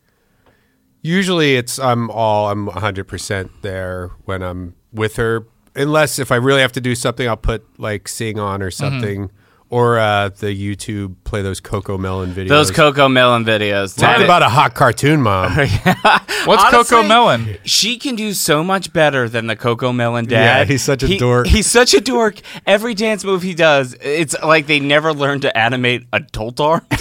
[SPEAKER 5] usually it's I'm all I'm 100% there when I'm with her unless if I really have to do something I'll put like sing on
[SPEAKER 3] Mm-hmm.
[SPEAKER 5] or something or uh the YouTube play those Coco Melon videos.
[SPEAKER 3] those Coco Melon videos.
[SPEAKER 5] Talk
[SPEAKER 3] damn it.
[SPEAKER 5] about a hot cartoon mom.
[SPEAKER 2] What's
[SPEAKER 3] Honestly,
[SPEAKER 2] Coco Melon?
[SPEAKER 3] She can do so much better than the Coco Melon dad.
[SPEAKER 5] Yeah, he's such a
[SPEAKER 3] He-
[SPEAKER 5] dork.
[SPEAKER 3] He's such a dork. Every dance move he does, it's like they never learned to animate adult arms.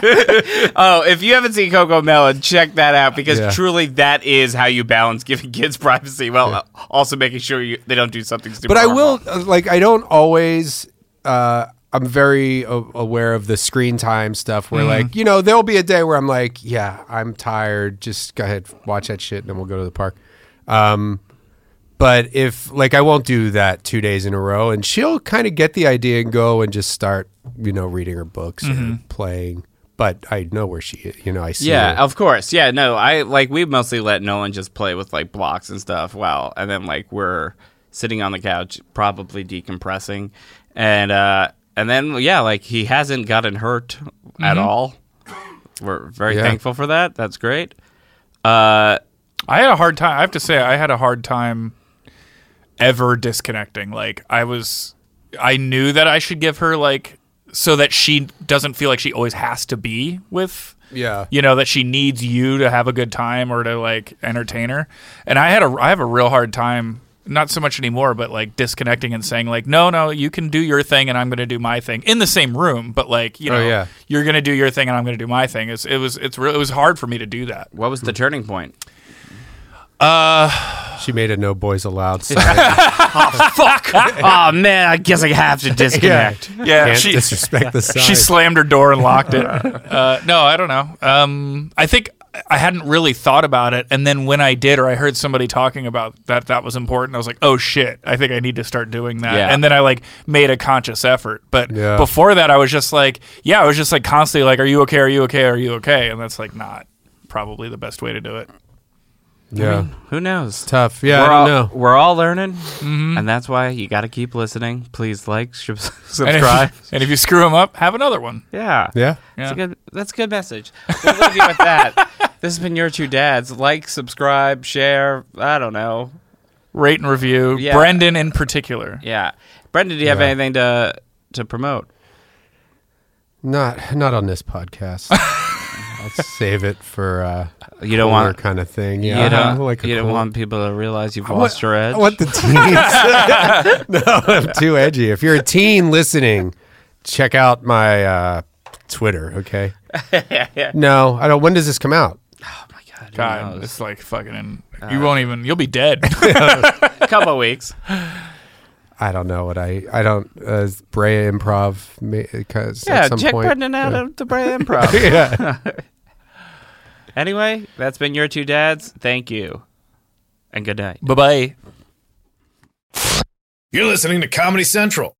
[SPEAKER 3] oh, if you haven't seen Coco Melon, check that out because
[SPEAKER 5] Yeah.
[SPEAKER 3] truly that is how you balance giving kids privacy while also making sure you, they don't do something stupid.
[SPEAKER 5] but I
[SPEAKER 3] or
[SPEAKER 5] will
[SPEAKER 3] wrong.
[SPEAKER 5] uh, like I don't always uh I'm very a- aware of the screen time stuff where
[SPEAKER 2] Mm-hmm.
[SPEAKER 5] like, you know, there'll be a day where I'm like, yeah, I'm tired, just go ahead watch that shit and then we'll go to the park. Um but if like I won't do that 2 days in a row and she'll kind of get the idea and go and just start, you know, reading her books
[SPEAKER 2] Mm-hmm.
[SPEAKER 5] or playing. But I know where she is, you know, I see her.
[SPEAKER 3] Yeah, of course. Yeah, no, I like we mostly let Nolan just play with like blocks and stuff. Wow, and then like we're sitting on the couch, probably decompressing, and uh, and then yeah, like he hasn't gotten hurt at all. We're very
[SPEAKER 5] Mm-hmm. Yeah.
[SPEAKER 3] thankful for that. That's great. Uh,
[SPEAKER 2] I had a hard time. I have to say, I had a hard time ever disconnecting. Like I was, I knew that I should give her like so that she doesn't feel like she always has to be with.
[SPEAKER 5] Yeah.
[SPEAKER 2] You know that she needs you to have a good time or to like entertain her. And I had a, I have a real hard time. Not so much anymore, but like disconnecting and saying like, no, no, you can do your thing and I'm going to do my thing in the same room. But like, you know,
[SPEAKER 5] Oh, yeah.
[SPEAKER 2] you're going to do your thing and I'm going to do my thing. It's, it was, it's real it was hard for me to do that.
[SPEAKER 3] what
[SPEAKER 5] Mm.
[SPEAKER 3] was the turning point?
[SPEAKER 2] uh,
[SPEAKER 5] She made a no boys allowed sign.
[SPEAKER 3] oh man, I guess I have to disconnect.
[SPEAKER 2] Yeah.
[SPEAKER 5] Can't
[SPEAKER 2] she-
[SPEAKER 5] disrespect the sign.
[SPEAKER 2] She slammed her door and locked it. Uh, no, I don't know. Um, I think I hadn't really thought about it, and then when I did, or I heard somebody talking about that, that was important. I was like, oh shit, I think I need to start doing that.
[SPEAKER 3] Yeah.
[SPEAKER 2] And then I like made a conscious effort. But
[SPEAKER 5] Yeah.
[SPEAKER 2] before that, I was just like, yeah, I was just like constantly like, are you okay? Are you okay? Are you okay? And that's like not probably the best way to do it.
[SPEAKER 5] Yeah.
[SPEAKER 3] Who knows?
[SPEAKER 5] Tough. Yeah,
[SPEAKER 3] we're
[SPEAKER 5] I don't
[SPEAKER 3] all,
[SPEAKER 5] know. Mm-hmm.
[SPEAKER 3] We're all learning, and that's why you got to keep listening. Please like, sub-
[SPEAKER 2] And if,
[SPEAKER 3] subscribe.
[SPEAKER 2] and if you screw them up, have another one.
[SPEAKER 3] Yeah.
[SPEAKER 2] Yeah.
[SPEAKER 5] Yeah.
[SPEAKER 3] That's a good that's a good message. We'll leave you with that. This has been your two dads. Like, subscribe, share, I don't know.
[SPEAKER 2] Rate and review.
[SPEAKER 3] Yeah.
[SPEAKER 2] Brendan in particular.
[SPEAKER 3] Yeah. Brendan, do you have
[SPEAKER 5] Yeah.
[SPEAKER 3] anything to to promote?
[SPEAKER 5] Not not on this podcast. I'll save it for uh
[SPEAKER 3] You don't
[SPEAKER 5] cooler
[SPEAKER 3] want
[SPEAKER 5] kind of thing.
[SPEAKER 3] you
[SPEAKER 5] Yeah, I
[SPEAKER 3] don't,
[SPEAKER 5] like a
[SPEAKER 3] you don't
[SPEAKER 5] cool-
[SPEAKER 3] want people to realize you've
[SPEAKER 5] I want-
[SPEAKER 3] lost your edge.
[SPEAKER 5] I want the teens. no, I'm too edgy. If you're a teen listening, check out my uh, Twitter. Okay. No, I don't. When does this come out?
[SPEAKER 3] God, who
[SPEAKER 2] God,
[SPEAKER 3] knows? Uh,
[SPEAKER 2] it's like fucking. you won't even. You'll be dead.
[SPEAKER 3] a couple of weeks.
[SPEAKER 5] I don't know what I. I don't. Uh, is Brea Improv. Because
[SPEAKER 3] Yeah,
[SPEAKER 5] at some
[SPEAKER 3] check
[SPEAKER 5] point,
[SPEAKER 3] Brendan out
[SPEAKER 5] Yeah.
[SPEAKER 3] of the Bray Improv.
[SPEAKER 5] yeah.
[SPEAKER 3] anyway, that's been your two dads. Thank you. And good night.
[SPEAKER 2] bye bye.
[SPEAKER 1] You're listening to Comedy Central.